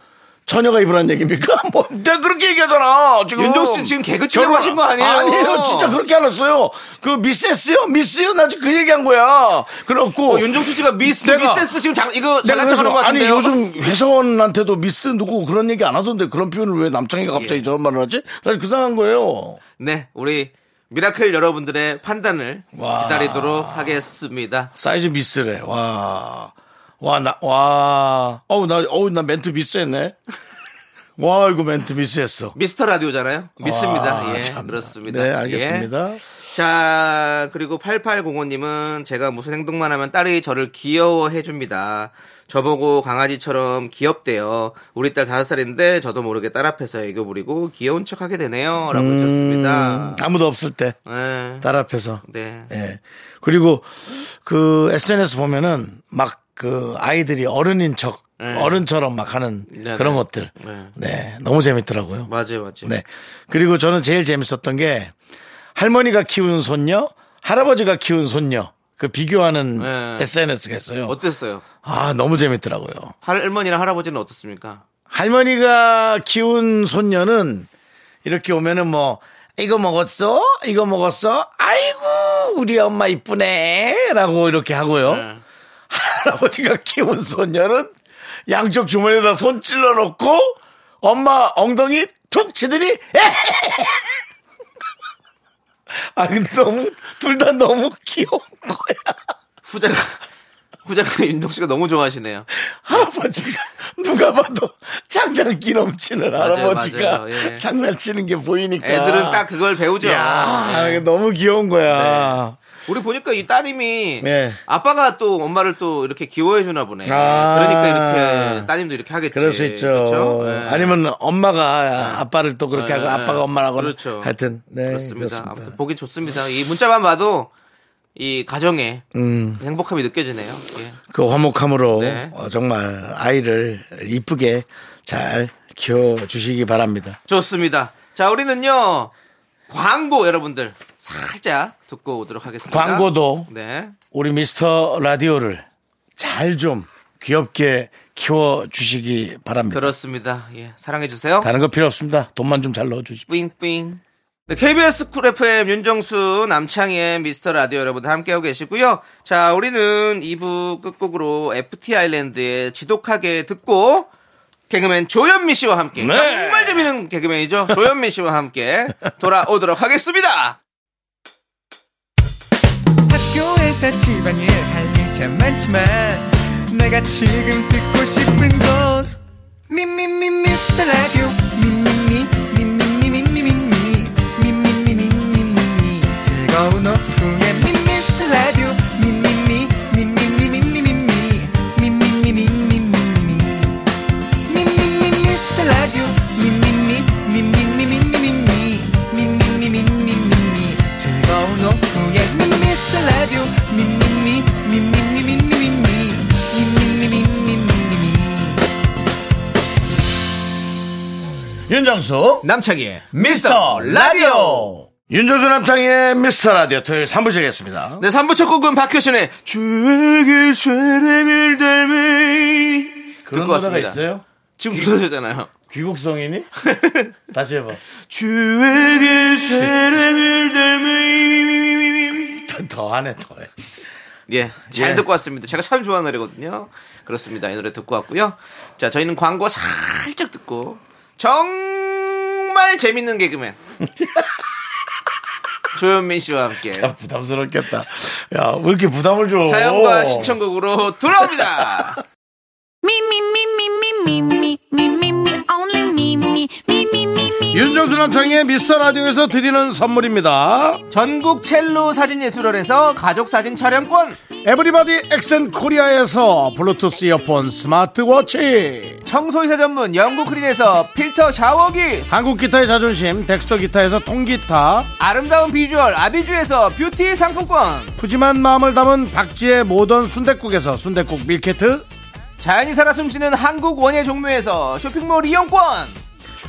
S1: 처녀가 입으란 얘기입니까? 뭐, 내가 그렇게 얘기하잖아. 지금.
S2: 윤종 씨 지금 개그 치려고
S1: 어. 결혼-
S2: 하신 거 아니에요?
S1: 아니에요. 진짜 그렇게 알았어요. 그 미세스요? 미스요? 나 지금 그 얘기한 거야. 그래갖고.
S2: 어, 윤종수 씨가 미스,
S1: 내가-
S2: 미세스 지금 장, 이거 잘난 척
S1: 그래서
S2: 하는 거 같은데요?
S1: 아니 요즘 회사원한테도 미스 누구 그런 얘기 안 하던데 그런 표현을 왜 남창이가
S2: 예.
S1: 갑자기 저런 말을 하지? 사실 그상한 거예요.
S2: 네, 우리 미라클 여러분들의 판단을 기다리도록 하겠습니다.
S1: 사이즈 미스래. 와. 와, 나, 와. 어우, 나, 어우, 나 멘트 미스했네. 와, 이거 멘트 미스했어.
S2: 미스터 라디오잖아요. 믿습니다.
S1: 와,
S2: 예,
S1: 참나.
S2: 그렇습니다.
S1: 네,
S2: 예.
S1: 알겠습니다.
S2: 자, 그리고 8805님은 제가 무슨 행동만 하면 딸이 저를 귀여워해 줍니다. 저보고 강아지처럼 귀엽대요. 우리 딸 다섯 살인데 저도 모르게 딸 앞에서 애교 부리고 귀여운 척 하게 되네요. 라고
S1: 음,
S2: 하셨습니다.
S1: 아무도 없을 때.
S2: 네.
S1: 딸 앞에서.
S2: 네.
S1: 예. 그리고 그 SNS 보면은 막 그 아이들이 어른인 척, 어른처럼 막 하는
S2: 예. 네,
S1: 그런
S2: 네.
S1: 것들.
S2: 네.
S1: 네. 너무 재밌더라고요.
S2: 맞아요, 맞아요.
S1: 네. 그리고 저는 제일 재밌었던 게 할머니가 키우는 손녀, 할아버지가 키운 손녀. 그 비교하는
S2: 네.
S1: SNS가 있어요.
S2: 어땠어요?
S1: 아, 너무 재밌더라고요.
S2: 할머니랑 할아버지는 어떻습니까?
S1: 할머니가 키운 손녀는 이렇게 오면은 뭐 이거 먹었어? 이거 먹었어? 아이고 우리 엄마 이쁘네라고 이렇게 하고요.
S2: 네.
S1: 할아버지가 키운 손녀는 양쪽 주머니에다 손 찔러 놓고 엄마 엉덩이 툭 치더니 아 근데 너무 둘 다 너무 귀여운 거야.
S2: 후자가, 후자가 윤종 씨가 너무 좋아하시네요.
S1: 할아버지가 누가 봐도 장난기 넘치는
S2: 맞아요,
S1: 할아버지가
S2: 맞아요. 예.
S1: 장난치는 게 보이니까
S2: 애들은 딱 그걸 배우죠.
S1: 아. 야,
S2: 예.
S1: 이게 너무 귀여운 거야.
S2: 우리 보니까 이 따님이
S1: 네.
S2: 아빠가 또 엄마를 또 이렇게 귀여워해 주나 보네.
S1: 아.
S2: 그러니까 이렇게 따님도 이렇게 하겠지.
S1: 그럴 수 있죠.
S2: 그렇죠? 네.
S1: 아니면 엄마가 아빠를 또 그렇게
S2: 네.
S1: 하고 아빠가 엄마를 하고
S2: 그렇죠.
S1: 하여튼 네,
S2: 그렇습니다.
S1: 그렇습니다.
S2: 아무튼 보기 좋습니다. 이 문자만 봐도 이 가정에
S1: 음.
S2: 행복함이 느껴지네요. 예.
S1: 그 화목함으로
S2: 네.
S1: 어, 정말 아이를 이쁘게 잘 키워 주시기 바랍니다.
S2: 좋습니다. 자, 우리는요 광고 여러분들 살짝 듣고 오도록 하겠습니다.
S1: 광고도
S2: 네.
S1: 우리 미스터 라디오를 잘 좀 귀엽게 키워 주시기 바랍니다.
S2: 그렇습니다. 예. 사랑해 주세요.
S1: 다른 거 필요 없습니다. 돈만 좀 잘 넣어 주십시오.
S2: 뿌잉뿌잉. 네, KBS 쿨 FM 윤정수 남창희의 미스터 라디오 여러분들 함께하고 계시고요. 자, 우리는 2부 끝곡으로 FT 아일랜드의 지독하게 듣고 개그맨 조현미 씨와 함께
S1: 네.
S2: 정말 재밌는 개그맨이죠. 조현미 씨와 함께 돌아오도록 하겠습니다.
S7: 학교에서 집안일 할 일 참 많지만 내가 지금 듣고 싶은 건 미미미 미스터 라디오 미미미 미미미 미미미 미미미 미미미 즐거운 오후에 미미스터 라디오 미미미 미미미 미미미 미미미 미미미
S1: 윤정수
S2: 남창희의
S1: 미스터 라디오 윤정수 남창희의 미스터 라디오 토요일 3부 시작했습니다
S2: 네, 3부 첫 곡은 박효신의 주에게 죄를 닮은
S1: 그런
S2: 듣고
S1: 노래가
S2: 왔습니다.
S1: 있어요?
S2: 지금 부서졌잖아요.
S1: 귀국성이니? 다시 해봐
S2: 주에게 죄를 닮은
S1: 더하네 더해
S2: 예, 잘
S1: 예.
S2: 듣고 왔습니다. 제가 참 좋아하는 노래거든요. 그렇습니다. 이 노래 듣고 왔고요. 자, 저희는 광고 살짝 듣고 정말 재밌는 개그맨 조현민 씨와 함께
S1: 야 부담스럽겠다 야 왜 이렇게 부담을 줘
S2: 사연과 신청곡으로 돌아옵니다.
S9: Me, me, me, me, me, me, me, me, me, me, only me, me, me, me, me, me.
S1: 윤정수 남창의 미스터 라디오에서 드리는 선물입니다.
S2: 전국 첼로 사진 예술원에서 가족 사진 촬영권.
S1: 에브리바디 엑센 코리아에서 블루투스 이어폰 스마트워치.
S2: 청소이사 전문 영국 크린에서 필터 샤워기.
S1: 한국 기타의 자존심 덱스터 기타에서 통기타.
S2: 아름다운 비주얼 아비주에서 뷰티 상품권.
S1: 푸짐한 마음을 담은 박지의 모던 순댓국에서순댓국 밀키트.
S2: 자연이 살아 숨쉬는 한국 원예 종묘에서 쇼핑몰 이용권.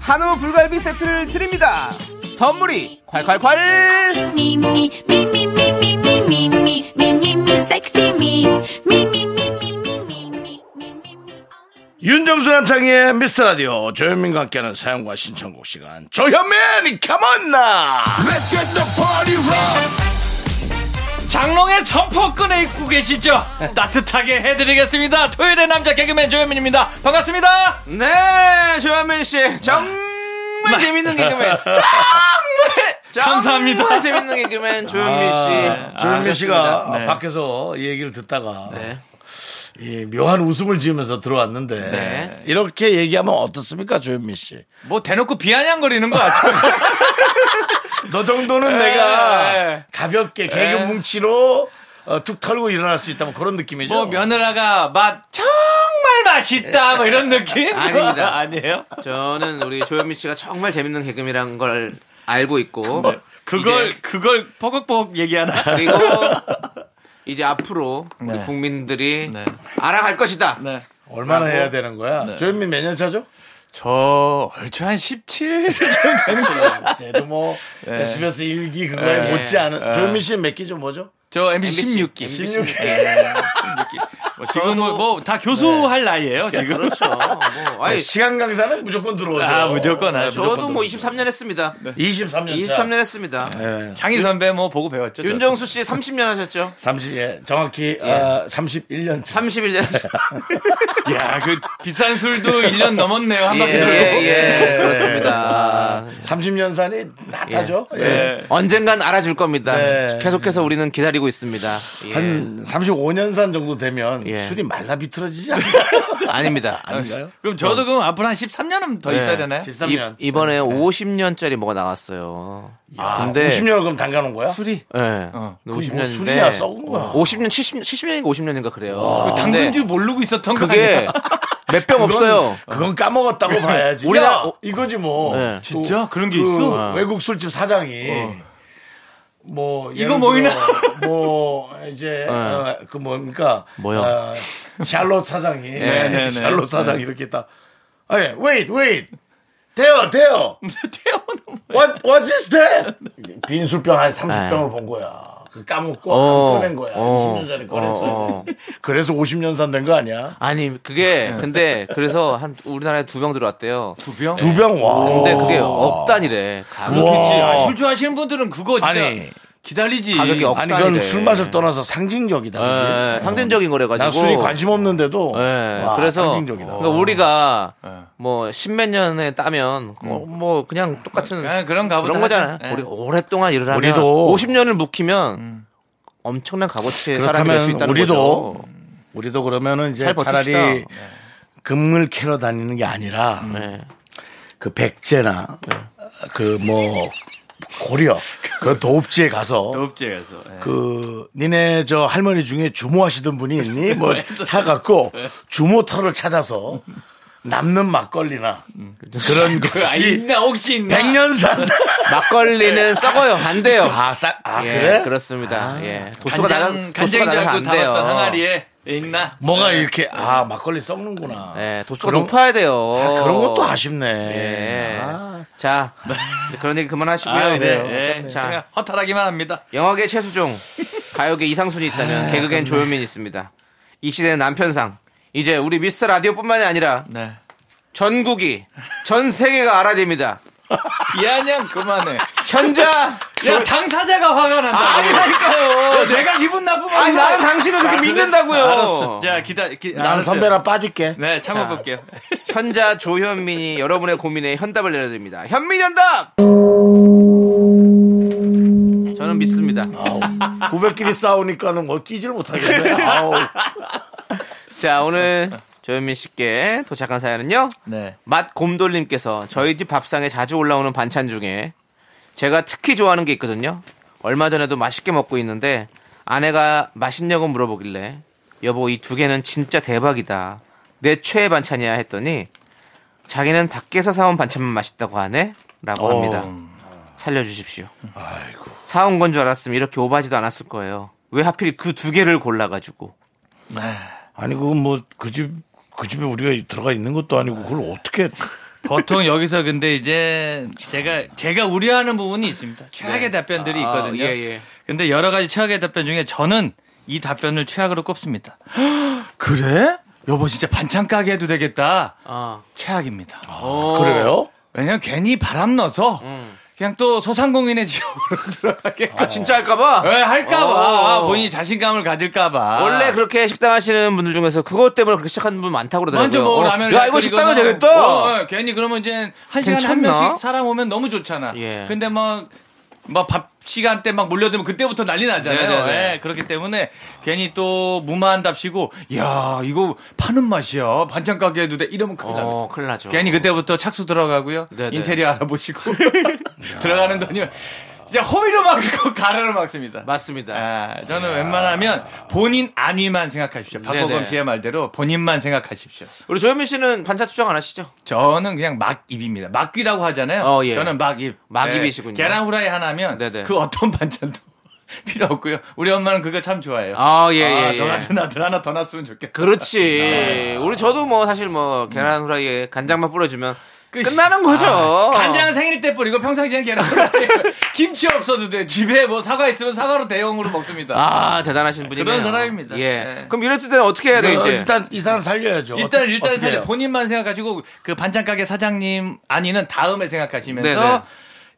S2: 한우 불갈비 세트를 드립니다 선물이 콸콸콸
S7: Me, me, me, me, me, me, me, me, me, me, me, me, sexy me. Me, me, me, me, me, me, me, me, me, me.
S1: 윤정수 남창희의 미스터 라디오 조현민과 함께하는 사연과 신청곡 시간 조현민 컴온나
S6: 장롱에 점퍼 끈에 입고 계시죠? 따뜻하게 해드리겠습니다. 토요일의 남자 개그맨 조현민입니다. 반갑습니다.
S2: 네 조현민씨 정말 재밌는 개그맨 정말
S6: 감사합니다. 아,
S2: 정말 재밌는 개그맨 조현민씨
S1: 아, 조현민 씨가
S6: 예, 네.
S1: 밖에서 이 얘기를 듣다가
S2: 네.
S1: 이 묘한 웃음을 지으면서 들어왔는데
S2: 네.
S1: 이렇게 얘기하면 어떻습니까 조현민 씨?
S6: 뭐 대놓고 비아냥거리는 거 같아요.
S1: 너 정도는
S6: 네.
S1: 내가 가볍게 개그 뭉치로 어, 툭 털고 일어날 수 있다 뭐 그런 느낌이죠.
S6: 뭐 며느라가 맛 정말 맛있다 뭐 이런 느낌?
S2: 아닙니다.
S6: 아니에요?
S2: 저는 우리 조현민씨가 정말 재밌는 개그맨이라는 걸 알고 있고
S6: 그걸
S2: 이제
S6: 그걸 버벅버벅 얘기하나?
S2: 그리고 이제 앞으로 우리
S6: 네.
S2: 국민들이
S6: 네.
S2: 알아갈 것이다
S6: 네.
S1: 얼마나 해야 되는 거야? 조현민 몇 년 차죠?
S6: 저 얼추 한 17.
S1: 쟤도 뭐
S6: 네.
S1: SBS 일기 그거에
S2: 네.
S1: 못지 않은 조현민 씨는 몇 기죠 뭐죠?
S6: 저 MBC 16기.
S1: 16기.
S6: 뭐 지금
S5: 아,
S6: 뭐다 교수할 나이예요, 지금.
S2: 그렇죠 뭐, 아니,
S1: 시간 강사는 무조건 들어오죠.
S6: 아, 네. 무조건 네. 아
S2: 저도 뭐 23년 했습니다 네,
S1: 23년 차.
S2: 23년 했습니다.
S6: 장희 선배 뭐 보고 배웠죠. 저도.
S2: 윤정수 씨 30년 하셨죠?
S1: 30, 예, 정확히 아, 31년 차.
S2: 31년.
S6: 야, 그 비싼 술도 1년 넘었네요. 한
S2: 예,
S6: 바퀴
S2: 예,
S6: 돌고.
S2: 예, 그렇습니다. 네.
S1: 30년 산이 낫다죠. 예.
S2: 언젠간 알아줄 겁니다.
S1: 네.
S2: 계속해서 우리는 기다리고 있습니다. 예.
S1: 한 35년 산 정도 되면
S2: 예.
S1: 술이 말라 비틀어지지
S2: 아닙니다. 아닙니다.
S1: 않나요? 네.
S6: 그럼 저도 그럼 앞으로 한 13년은 더 있어야 되나요?
S1: 13년.
S2: 이, 번에 50년짜리 뭐가 나왔어요. 근데
S1: 50년을 그럼 담가 놓은 거야?
S2: 네. 술이? 예.
S1: 뭐
S2: 50년인데.
S1: 술이야, 썩은 거야.
S2: 50년, 70, 70년인가 50년인가 그래요.
S6: 그 당근주 모르고 있었던 거
S2: 그게
S6: 아니야?
S2: 몇 병 없어요.
S1: 그건 까먹었다고 봐야지.
S2: 네. 우리나-
S1: 야, 이거지 뭐.
S2: 어, 네.
S1: 또
S6: 진짜? 그런 게
S1: 그
S6: 있어? 네. 어.
S1: 외국 술집 사장이 뭐 예를
S6: 이거 뭐
S1: 들어
S6: 있나? 네.
S1: 뭐 이제 어, 그 뭡니까?
S2: 뭐요?
S1: 어, 샬롯 사장이
S6: 네, 네, 네.
S1: 샬롯 사장 이렇게 딱 아니, 예, wait, wait. 대요, 대요.
S6: 태어는
S1: What, what's this that?
S6: 네.
S1: 빈 술병 한 30병을 본 거야. 그 까먹고
S2: 어,
S1: 안 꺼낸 거야.
S2: 어,
S1: 20년 전에
S2: 어,
S1: 꺼냈어.
S2: 어.
S1: 그래서 50년 산 된 거 아니야?
S2: 아니, 그게, 근데, 그래서 한, 우리나라에 두 병 들어왔대요.
S6: 두 병?
S1: 네.
S6: 어.
S1: 두 병 와.
S2: 근데 그게 억단이래. 가격이.
S6: 그렇겠지. 아, 술 좋아하시는 분들은 그거 진짜
S1: 아니.
S6: 기다리지.
S2: 가격이 억-
S1: 아니 그건
S2: 억단이래.
S1: 술 맛을 떠나서 상징적이다.
S2: 예,
S1: 그지?
S2: 상징적인 거래가지고.
S1: 어. 나 술이 관심 없는데도
S2: 예,
S1: 와,
S2: 그래서
S1: 상징적이다. 어. 네.
S2: 그러니까 우리가 뭐 십몇 년에 따면 뭐,
S1: 음.
S2: 뭐 그냥 똑같은
S1: 아,
S6: 그냥 그런가 보다
S2: 그런 거잖아요.
S6: 하죠. 예.
S2: 우리 오랫동안 일을 하면
S1: 네. 우리도- 음.
S2: 50년을 묵히면 엄청난 값어치의 사람이 될 수
S1: 그렇다면
S2: 있다는
S1: 우리도
S2: 거죠.
S1: 우리도 그러면은 이제
S2: 잘
S1: 차라리
S2: 버팁시다. 네.
S1: 금을 캐러 다니는 게 아니라
S2: 네.
S1: 그 백제나 그 뭐 고려 그 도읍지에 가서
S6: 업체에서. 예.
S1: 그 니네 저 할머니 중에 주모하시던 분이 있니? 뭐
S6: 네.
S1: 사갖고 주모터를 찾아서 남는 막걸리나
S2: 그렇죠.
S1: 그런
S6: 아,
S1: 것이
S6: 있나 혹시 있나?
S1: 백년산
S6: 네.
S2: 막걸리는 썩어요. 안 돼요.
S1: 아, 싹, 아
S2: 예,
S1: 그래?
S2: 렇습니다 예. 도수가 나가
S6: 아, 간장 간장인 줄
S2: 도수가
S6: 알고
S2: 나가면 안 돼요.
S6: 담았던 항아리에 예, 있나?
S1: 뭐가
S2: 네.
S1: 이렇게 아 막걸리 썩는구나.
S2: 예, 도수가
S1: 그런-
S2: 높아야 돼요.
S1: 아, 그런 것도 아쉽네.
S2: 어. 예. 자, 그런 얘기 그만하시고요.
S6: 아, 네.
S2: 예.
S6: 예.
S2: 자,
S6: 제가 아, 허탈하기만 합니다.
S2: 영화계 최수종, 가요계 이상순이 있다면 개그계엔 조현민이 있습니다. 이 시대의 남편상. 이제 우리 미스터 라디오뿐만이 아니라
S6: 네.
S2: 전국이 전 세계가 알아야 됩니다.
S6: 비아냥 그만해. 아,
S2: 현자
S6: 야 당사자가 화가 난다.
S2: 아니라니까요.
S6: 야, 내가 기분 나쁘면
S2: 아니 나는
S6: 그래.
S2: 당신을
S6: 아,
S2: 그렇게
S6: 그래?
S2: 믿는다고요.
S6: 알았어. 자 기다. 기,
S1: 나는
S6: 알았어요.
S1: 선배라 빠질게.
S6: 네 참아볼게요.
S2: 현자 조현민이 여러분의 고민에 현답을 내려드립니다. 현민 현답. 저는 믿습니다.
S1: 아우, 후배끼리 싸우니까는 뭐 끼질 못하겠네. 아우.
S2: 자 오늘 조현민 씨께 도착한 사연은요.
S6: 네.
S2: 맛 곰돌님께서 저희 집 밥상에 자주 올라오는 반찬 중에 제가 특히 좋아하는 게 있거든요. 얼마 전에도 맛있게 먹고 있는데 아내가 맛있냐고 물어보길래 여보 이 두 개는 진짜 대박이다. 내 최애 반찬이야 했더니 자기는 밖에서 사온 반찬만 맛있다고 하네? 라고
S6: 어.
S2: 합니다. 살려주십시오. 사온 건 줄 알았으면 이렇게 오바지도 않았을 거예요. 왜 하필 그 두 개를 골라가지고.
S1: 아니, 그건 뭐, 그 집, 그 집에 우리가 들어가 있는 것도 아니고 그걸 어떻게.
S6: 보통 여기서 근데 이제 제가 제가 우려하는 부분이
S1: 네.
S6: 있습니다. 최악의 답변들이
S2: 아,
S6: 있거든요.
S2: 예, 예.
S6: 근데 여러 가지 최악의 답변 중에 저는 이 답변을 최악으로 꼽습니다. 그래? 여보 진짜 반찬 가게 해도 되겠다.
S2: 아.
S6: 최악입니다.
S1: 아, 그래요?
S6: 왜냐면 괜히 바람 넣어서 그냥 또 소상공인의 지역으로 들어가게.
S2: 아, 진짜 할까봐?
S6: 왜 네, 할까봐
S2: 어.
S6: 본인이 자신감을 가질까봐.
S2: 원래 그렇게 식당 하시는 분들 중에서 그것 때문에 그렇게 시작하는 분 많다고 그러더라고요. 어.
S6: 먼저 뭐 라면을
S2: 야, 이거 식당이
S6: 끓이거나.
S2: 되겠다.
S6: 어, 어, 괜히 그러면 이제 한 시간에 한
S2: 괜찮나?
S6: 명씩 사람 오면 너무 좋잖아.
S2: 예.
S6: 근데 막 막 밥 시간 때 막 몰려들면 그때부터 난리 나잖아요.
S2: 네네네.
S6: 예, 그렇기 때문에 괜히 또 무마한답시고, 야 이거 파는 맛이야. 반찬 가게 해도 돼. 이러면 큰일 납니다.
S2: 어, 큰일 나죠.
S6: 괜히 그때부터 착수 들어가고요.
S2: 네네.
S6: 인테리어 알아보시고 들어가는 돈이 진짜 호미로 막을 거 가래로 막습니다.
S2: 맞습니다.
S6: 아, 저는 웬만하면 본인 안위만 생각하십시오. 박보검
S2: 네네.
S6: 씨의 말대로 본인만 생각하십시오.
S2: 우리 조현민 씨는 반찬 투정 안 하시죠?
S6: 저는 그냥 막입입니다. 막귀라고 하잖아요.
S2: 어, 예.
S6: 저는 막입.
S2: 막입이시군요.
S6: 네, 계란 후라이 하나면
S2: 네네.
S6: 그 어떤 반찬도 필요 없고요. 우리 엄마는 그걸 참 좋아해요.
S2: 아, 예, 예,
S6: 너
S2: 예.
S6: 같은 아들 하나 더 낳았으면 좋겠다.
S2: 그렇지. 우리 저도 뭐 사실 뭐 계란 후라이에 간장만 뿌려주면
S6: 끝.
S2: 끝나는 거죠.
S6: 아, 간장은 생일 때 뿌리고 평상시엔 계란 후라이. 김치 없어도 돼. 집에 뭐 사과 있으면 사과로 대용으로 먹습니다.
S2: 아, 대단하신 분이네요.
S6: 그런 사람입니다.
S2: 예.
S6: 예.
S2: 그럼 이럴 때는 어떻게 해야 돼요,
S1: 어,
S2: 이제?
S1: 일단 이 사람 살려야죠.
S6: 일단
S1: 어떻-
S6: 일단
S1: 어떻게
S6: 사실
S1: 해요?
S6: 본인만 생각하시고 그 반찬 가게 사장님 아니는 다음에 생각하시면서
S2: 네네.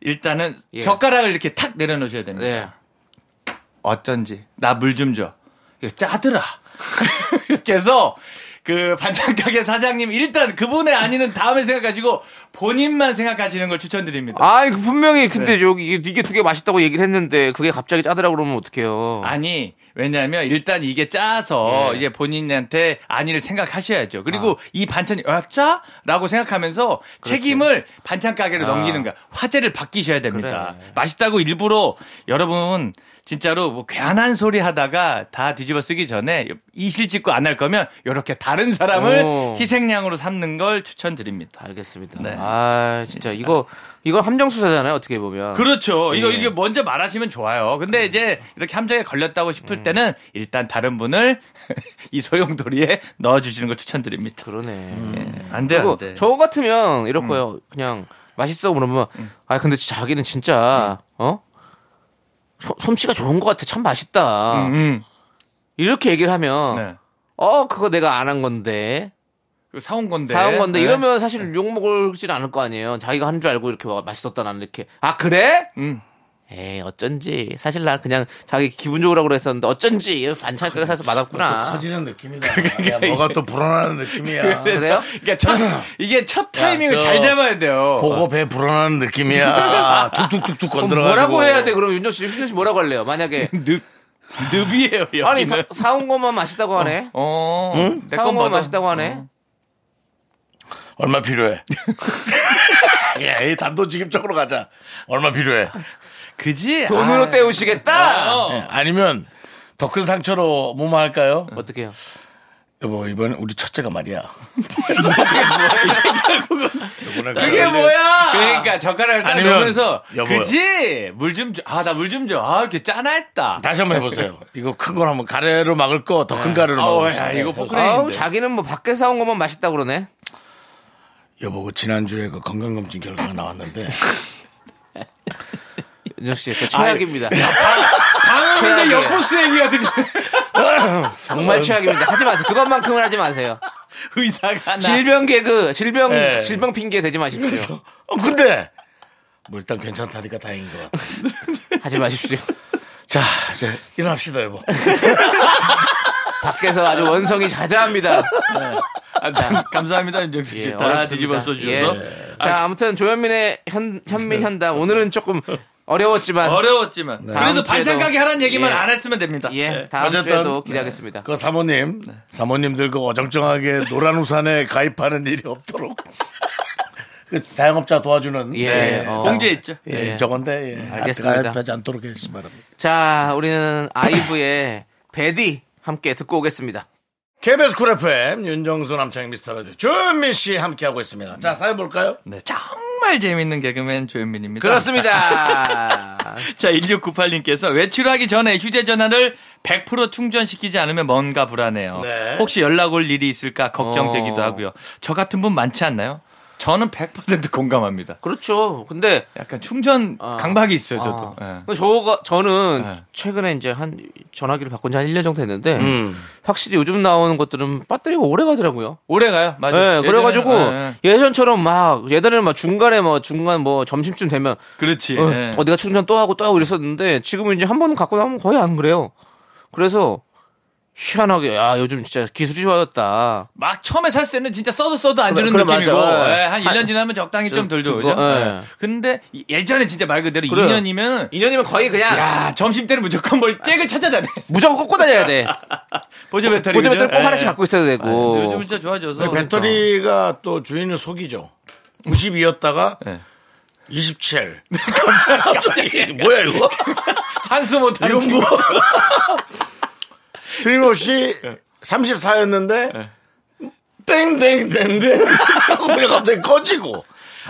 S6: 일단은
S2: 예.
S6: 젓가락을 이렇게 탁 내려놓으셔야 됩니다.
S2: 네.
S6: 예. 어쩐지 나 물 좀 줘. 이거 짜더라. 이렇게 해서 그 반찬 가게 사장님 일단 그분의 아니는 다음에 생각하시고 본인만 생각하시는 걸 추천드립니다. 네.
S2: 아이, 그 분명히 근데 여기 이게, 두 개 맛있다고 얘기를 했는데 그게 갑자기 짜더라 그러면 어떡해요.
S6: 아니 왜냐하면 일단 이게
S2: 예.
S6: 짜서
S2: 아.
S6: 이제 본인한테 안위를 생각하셔야죠. 그리고 이 반찬이 아, 어짜라고 생각하면서 책임을 반찬
S2: 아.
S6: 가게로 넘기는 거야. 화제를 바뀌셔야 됩니다. 맛있다고 일부러 여러분 진짜로 뭐 괜한 소리 하다가 다 뒤집어 쓰기 전에 이실 찍고 안 할 거면 이렇게 다른 그 사람을
S2: 오.
S6: 희생양으로 삼는 걸 추천드립니다.
S2: 알겠습니다.
S6: 네.
S2: 아, 진짜 이거 이거 함정 수사잖아요, 어떻게 보면.
S6: 그렇죠. 이거
S2: 예.
S6: 이게 먼저 말하시면 좋아요. 근데 이제 이렇게 함정에 걸렸다고 싶을 때는 일단 다른 분을 이 소용돌이에 넣어주시는 걸 추천드립니다. 음.
S2: 그러네. 예.
S6: 안 돼요.
S2: 그리고
S6: 안 돼.
S2: 저 같으면 이럴 거예요. 그냥 맛있어 그러면 아 근데 자기는 진짜
S6: 네.
S2: 어 소- 솜씨가 좋은 것 같아. 참 맛있다.
S6: 음,
S2: 이렇게 얘기를 하면
S6: 네.
S2: 어 그거 내가 안 한 건데
S6: 그거 사온 건데.
S2: 사온 건데
S6: 네.
S2: 이러면 사실 욕 먹을진 않을 거 아니에요. 자기가 한 줄 알고 이렇게 와, 맛있었다 나는 이렇게 아 그래?
S6: 음.
S2: 에이 어쩐지 사실 나 그냥 자기 기분 좋으라고 그랬었는데 어쩐지 반찬 가게 사서
S6: 아,
S2: 맛없구나.
S1: 커지는 느낌이다. 야, 뭐가 또 불어나는 느낌이야.
S2: 그래요?
S6: 그러니까 첫, 이게 첫 타이밍을
S1: 저-
S6: 잘 잡아야 돼요.
S2: 뭐
S1: 보고 배 불어나는 느낌이야. 툭툭툭툭 건드려가지고.
S2: 뭐라고 해야 돼? 그럼 윤정 씨, 윤정 씨 뭐라고 할래요? 만약에
S6: 늪, 늪이에요, 여기는.
S2: 아니 사, 사온 것만 맛있다고 하네.
S6: 어, 내
S2: 사온
S6: 건 어.
S2: 것만
S6: 뭐다.
S2: 맛있다고 하네.
S1: 얼마 필요해? 예, 이 단도직입적으로 가자. 얼마 필요해?
S6: 그지?
S2: 돈으로
S6: 아,
S2: 때우시겠다.
S6: 어.
S1: 예, 아니면 더 큰 상처로 무마할까요?
S2: 어떻게요?
S1: 여보, 이번 우리 첫째가 말이야. 이번에
S2: 그게 뭐야?
S6: 그러니까 젓가락을 딱
S1: 아니면,
S6: 넣으면서
S1: 여보요.
S6: 그지? 물 좀 줘. 아, 나 물 좀 줘. 아, 이렇게 짜나 했다.
S1: 다시 한번 해보세요. 이거 큰 걸 한번 가래로 막을 거, 더 큰 가래로 막을
S6: 네. 야,
S1: 거.
S6: 이거
S2: 아우
S6: 포크레인인데.
S2: 자기는 뭐 밖에 사온 것만 맛있다 고 그러네.
S1: 여보, 그 지난주에 그 건강검진 결과가 나왔는데.
S2: 윤정 씨, 그 최악입니다.
S6: 방금인데
S2: 최악이에요.
S6: 옆보스 얘기가 들려. 어.
S2: 정말 최악입니다. 하지 마세요. 그것만큼은 하지 마세요.
S6: 의사가 나.
S2: 질병 개그, 질병
S1: 네.
S2: 질병 핑계 대지 마십시오.
S1: 어, 근데 뭐 일단 괜찮다니까 다행인 것 같아.
S2: 하지 마십시오.
S1: 자, 이제 일어납시다, 여보.
S2: 밖에서 아주 원성이 자자합니다.
S6: 아, 참, 감사합니다, 윤정수 씨.
S2: 예,
S6: 다
S2: 어렵습니다.
S6: 뒤집어 써주셔서.
S2: 예. 자, 아무튼 조현민의 현, 현민 현담 오늘은 조금 어려웠지만
S6: 어려웠지만.
S2: 다음
S6: 그래도
S2: 주에도-
S6: 반찬 가게 하라는 얘기만
S2: 예.
S6: 안 했으면 됩니다.
S2: 예, 다음
S1: 어쨌든,
S6: 네.
S2: 주에도 기대하겠습니다.
S1: 그 사모님, 사모님들 그 어정쩡하게 노란 우산에 가입하는 일이 없도록. 그 자영업자 도와주는. 네.
S2: 예, 어.
S6: 공지 있죠.
S1: 예,
S2: 예.
S1: 저건데, 예.
S2: 알겠습니다.
S1: 가입하지 않도록 해주시 기 바랍니다.
S2: 자, 우리는 아이브의 베디 함께 듣고 오겠습니다.
S1: KBS 쿨 FM, 윤정수 남창희 미스터 라디오, 조현민 씨 함께하고 있습니다. 자, 사연 볼까요?
S6: 네, 정말 재밌는 개그맨 조현민입니다.
S2: 그렇습니다.
S6: 자, 1698님께서 외출하기 전에 휴대전화를 100% 충전시키지 않으면 뭔가 불안해요.
S1: 네.
S6: 혹시 연락 올 일이 있을까 걱정되기도
S2: 어.
S6: 하고요. 저 같은 분 많지 않나요? 저는 100% 공감합니다.
S2: 그렇죠. 근데
S6: 약간 충전
S2: 어.
S6: 강박이 있어요, 저도.
S2: 아.
S6: 예.
S2: 근데 저가 저는
S6: 예.
S2: 최근에 이제 한 전화기를 바꾼 지 한 1년 정도 됐는데
S1: 음.
S2: 확실히 요즘 나오는 것들은 배터리가 오래 가더라고요.
S6: 오래 가요? 맞아요.
S2: 예,
S6: 예전에-
S2: 그래가지고
S6: 예,
S2: 예전처럼 막 예전에는 막 중간에 뭐 중간 뭐 점심쯤 되면
S6: 예. 그렇지.
S2: 어,
S6: 예.
S2: 디가 충전 또 하고 또 하고 이랬었는데 지금은 이제 한 번 갖고 나면 거의 안 그래요. 그래서 희한하게 야 요즘 진짜 기술이 좋아졌다.
S6: 막 처음에 샀을 때는 진짜 써도 써도 안
S2: 그래,
S6: 주는
S2: 그래,
S6: 느낌이고
S2: 맞아.
S6: 예,
S2: 한-
S6: 한 1년 지나면 적당히 좀 들죠.
S2: 주고,
S6: 그죠?
S2: 예.
S6: 예. 근데 예전에 진짜 말 그대로
S2: 그래요.
S6: 2년이면
S2: 2년이면 거의 그냥
S6: 야, 점심때는 무조건 뭘 잭을 찾아야 돼.
S2: 무조건 꽂고 다녀야 돼.
S6: 보조 배터리.
S2: 보조 배터리
S6: 그죠?
S2: 꼭 하나씩
S6: 예.
S2: 갖고 있어야 되고.
S6: 요즘 진짜
S1: 네,
S6: 좋아져서
S1: 배터리가 또 주인을 속이죠. 92였다가
S6: 네.
S1: 27. 갑자기 뭐야 이거?
S6: 산수 못하는
S1: 이건 뭐? 틀림없이
S6: 예.
S1: 34였는데 땡땡땡땡 하고 그냥 갑자기 꺼지고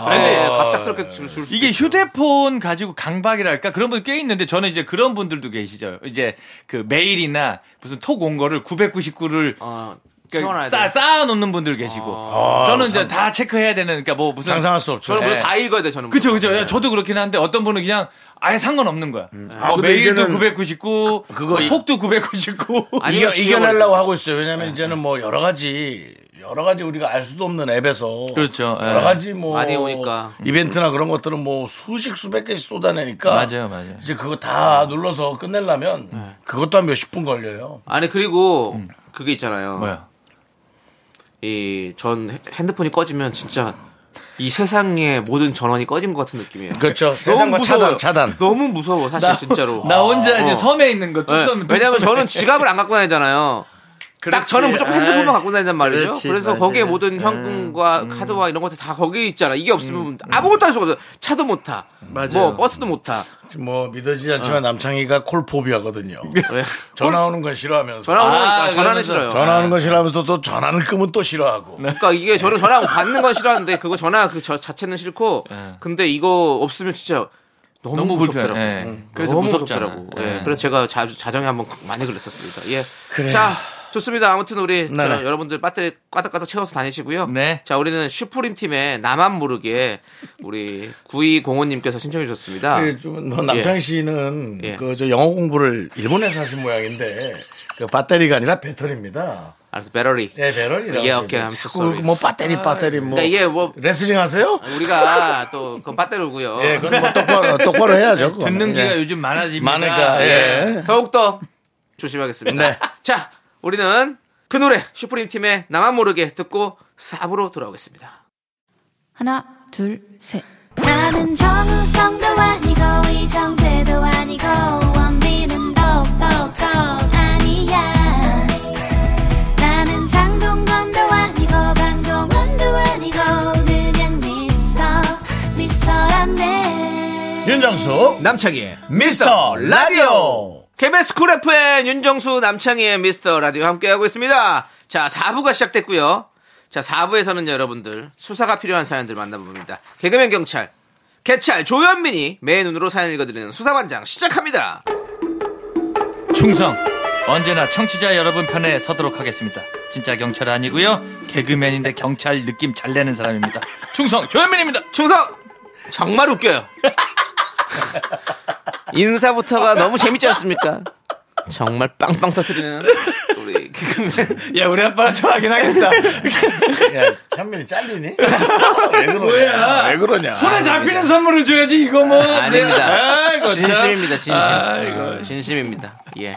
S2: 네, 갑작스럽게 줄, 줄
S6: 이게 휴대폰 가지고 강박이랄까 그런 분 꽤 있는데 저는 이제 그런 분들도 계시죠. 이제 그 메일이나 무슨 톡 온 거를 999를
S2: 어, 세워놔야 돼. 어.
S6: 쌓, 쌓아놓는 분들 계시고 저는 이제 다 체크해야 되는 그러니까 뭐 무슨
S1: 아, 상상할 수 없죠.
S2: 저는 물론
S6: 예.
S2: 다 읽어야 돼 저는.
S6: 그죠
S2: 무조건.
S6: 그죠 저도 그렇긴 한데 어떤 분은 그냥 아예 상관없는 거야
S2: 네.
S1: 아,
S6: 뭐
S1: 근데
S6: 메일도
S1: 이제는 아,
S6: 999
S1: 그거 이-
S6: 톡도 999
S2: 아니면
S1: 이겨,
S2: 지워버리고.
S1: 이겨내려고 하고 있어요.
S6: 예.
S1: 왜냐면 이제는 뭐 여러 가지 여러 가지 우리가 알 수도 없는 앱에서
S6: 그렇죠.
S1: 여러
S6: 예.
S1: 가지 뭐
S2: 많이 오니까.
S1: 이벤트나 그런 것들은 뭐 수십 수백 개씩 쏟아내니까
S6: 맞아요, 맞아요. 예.
S1: 이제 그거 다 눌러서 끝내려면 그것도 한 몇십 분 걸려요.
S2: 아니 그리고 그게 있잖아요.
S6: 음. 뭐야
S2: 이 전 핸드폰이 꺼지면 진짜 이 세상의 모든 전원이 꺼진 것 같은 느낌이에요.
S6: 그러니까
S1: 그렇죠.
S2: 너무
S1: 세상과
S2: 무서워요.
S1: 차단, 차단.
S2: 너무 무서워 사실 진짜로.
S6: 나 혼자
S2: 아,
S6: 이제
S2: 어.
S6: 섬에 있는 거
S2: 네.
S6: 뚝섬
S2: 왜냐면 저는 지갑을 안 갖고 다니잖아요. 딱 저는 무조건 핸드폰만 갖고 다닌단 말이죠.
S6: 아, 그렇지,
S2: 그래서
S6: 맞아요. 음,
S2: 거기에 모든 현금과 카드와 이런 것들 다 거기에 있잖아. 이게 없으면 아무것도 할 수가 없어. 차도 못 타. 뭐 버스도 못 타.
S1: 지금 뭐 믿어지지 않지만 남창희가 콜포비아거든요. 네.
S2: 왜?
S1: 전화 오는 건 싫어하면서
S2: 네. 전화 오니까
S6: 아,
S2: 전화는
S6: 그러면서
S2: 싫어요.
S1: 전화 오는 건 싫어하면서 또 전화는 끄면 또 싫어하고.
S2: 그러니까 이게 저는 전화 받는 건 싫어하는데 그거 전화 그 저- 자체는 싫고 근데 이거 없으면 진짜 너무,
S6: 예. 너무 불편해.
S2: 무섭더라고.
S6: 예.
S2: 음.
S6: 그래서
S2: 너무
S6: 무섭잖아.
S2: 무섭더라고. 예.
S6: 예.
S2: 그래서 제가 자, 자정에 한번 많이 그랬었습니다. 예. 자 좋습니다. 아무튼 우리 저
S1: 네네.
S2: 여러분들 배터리 까닥까닥 채워서 다니시고요.
S6: 네.
S2: 자 우리는 슈프림 팀의 나만 모르게 우리 9205님께서 신청해 주셨습니다.
S1: 그, 좀뭐 남창희
S2: 예.
S1: 씨는
S2: 예.
S1: 그 저 영어 공부를 일본에서 하신 모양인데 그 배터리가 아니라 배터리입니다.
S2: 알았어 배터리.
S1: 예, 배럴이라고.
S2: 예, 오케이. I'm so
S1: 자꾸
S2: sorry.
S1: 뭐 배터리 배터리 뭐
S2: 그러니까 이게 네. 뭐
S1: 레슬링 하세요?
S2: 우리가 또 그건 배터리고요.
S1: 예, 그건 뭐 똑바로 똑바로 해야죠. 그거는.
S6: 듣는 기가
S1: 예.
S6: 요즘 많아집니다.
S1: 많으니까 예.
S2: 더욱더 조심하겠습니다.
S1: 네.
S2: 자, 우리는 그 노래 슈프림 팀의 나만 모르게 듣고 4부로 돌아오겠습니다.
S10: 하나, 둘, 셋.
S7: 나는 정우성도 아니고 이정재도 아니고 원빈은 더욱더 아니야 나는 장동건도 아니고 방종원도 아니고 그냥 미스터 미스터란데
S1: 윤정수 남창희 미스터 라디오.
S2: KBS 쿨 FM 윤정수 남창희의 미스터 라디오 함께하고 있습니다. 자, 4부가 시작됐고요. 자, 4부에서는 여러분들 수사가 필요한 사연들 만나봅니다. 개그맨 경찰 개찰 조현민이 매 눈으로 사연 읽어드리는 수사반장 시작합니다.
S6: 충성. 언제나 청취자 여러분 편에 서도록 하겠습니다. 진짜 경찰 아니고요. 개그맨인데 경찰 느낌 잘 내는 사람입니다. 충성 조현민입니다.
S2: 충성! 정말 웃겨요. 인사부터가 너무 재밌지 않습니까? 정말 빵빵 터뜨리는 우리
S6: 야, 예, 우리 아빠가 좋아하긴 하겠다.
S1: 야, 현민이 잘리니? 왜 그러냐?
S6: 뭐야?
S1: 왜 그러냐?
S6: 손에 잡히는 선물을 줘야지, 이거 뭐.
S2: 아닙니다.
S6: 아이고, 참.
S2: 진심입니다. 진심.
S6: 아이고.
S2: 진심입니다. 예.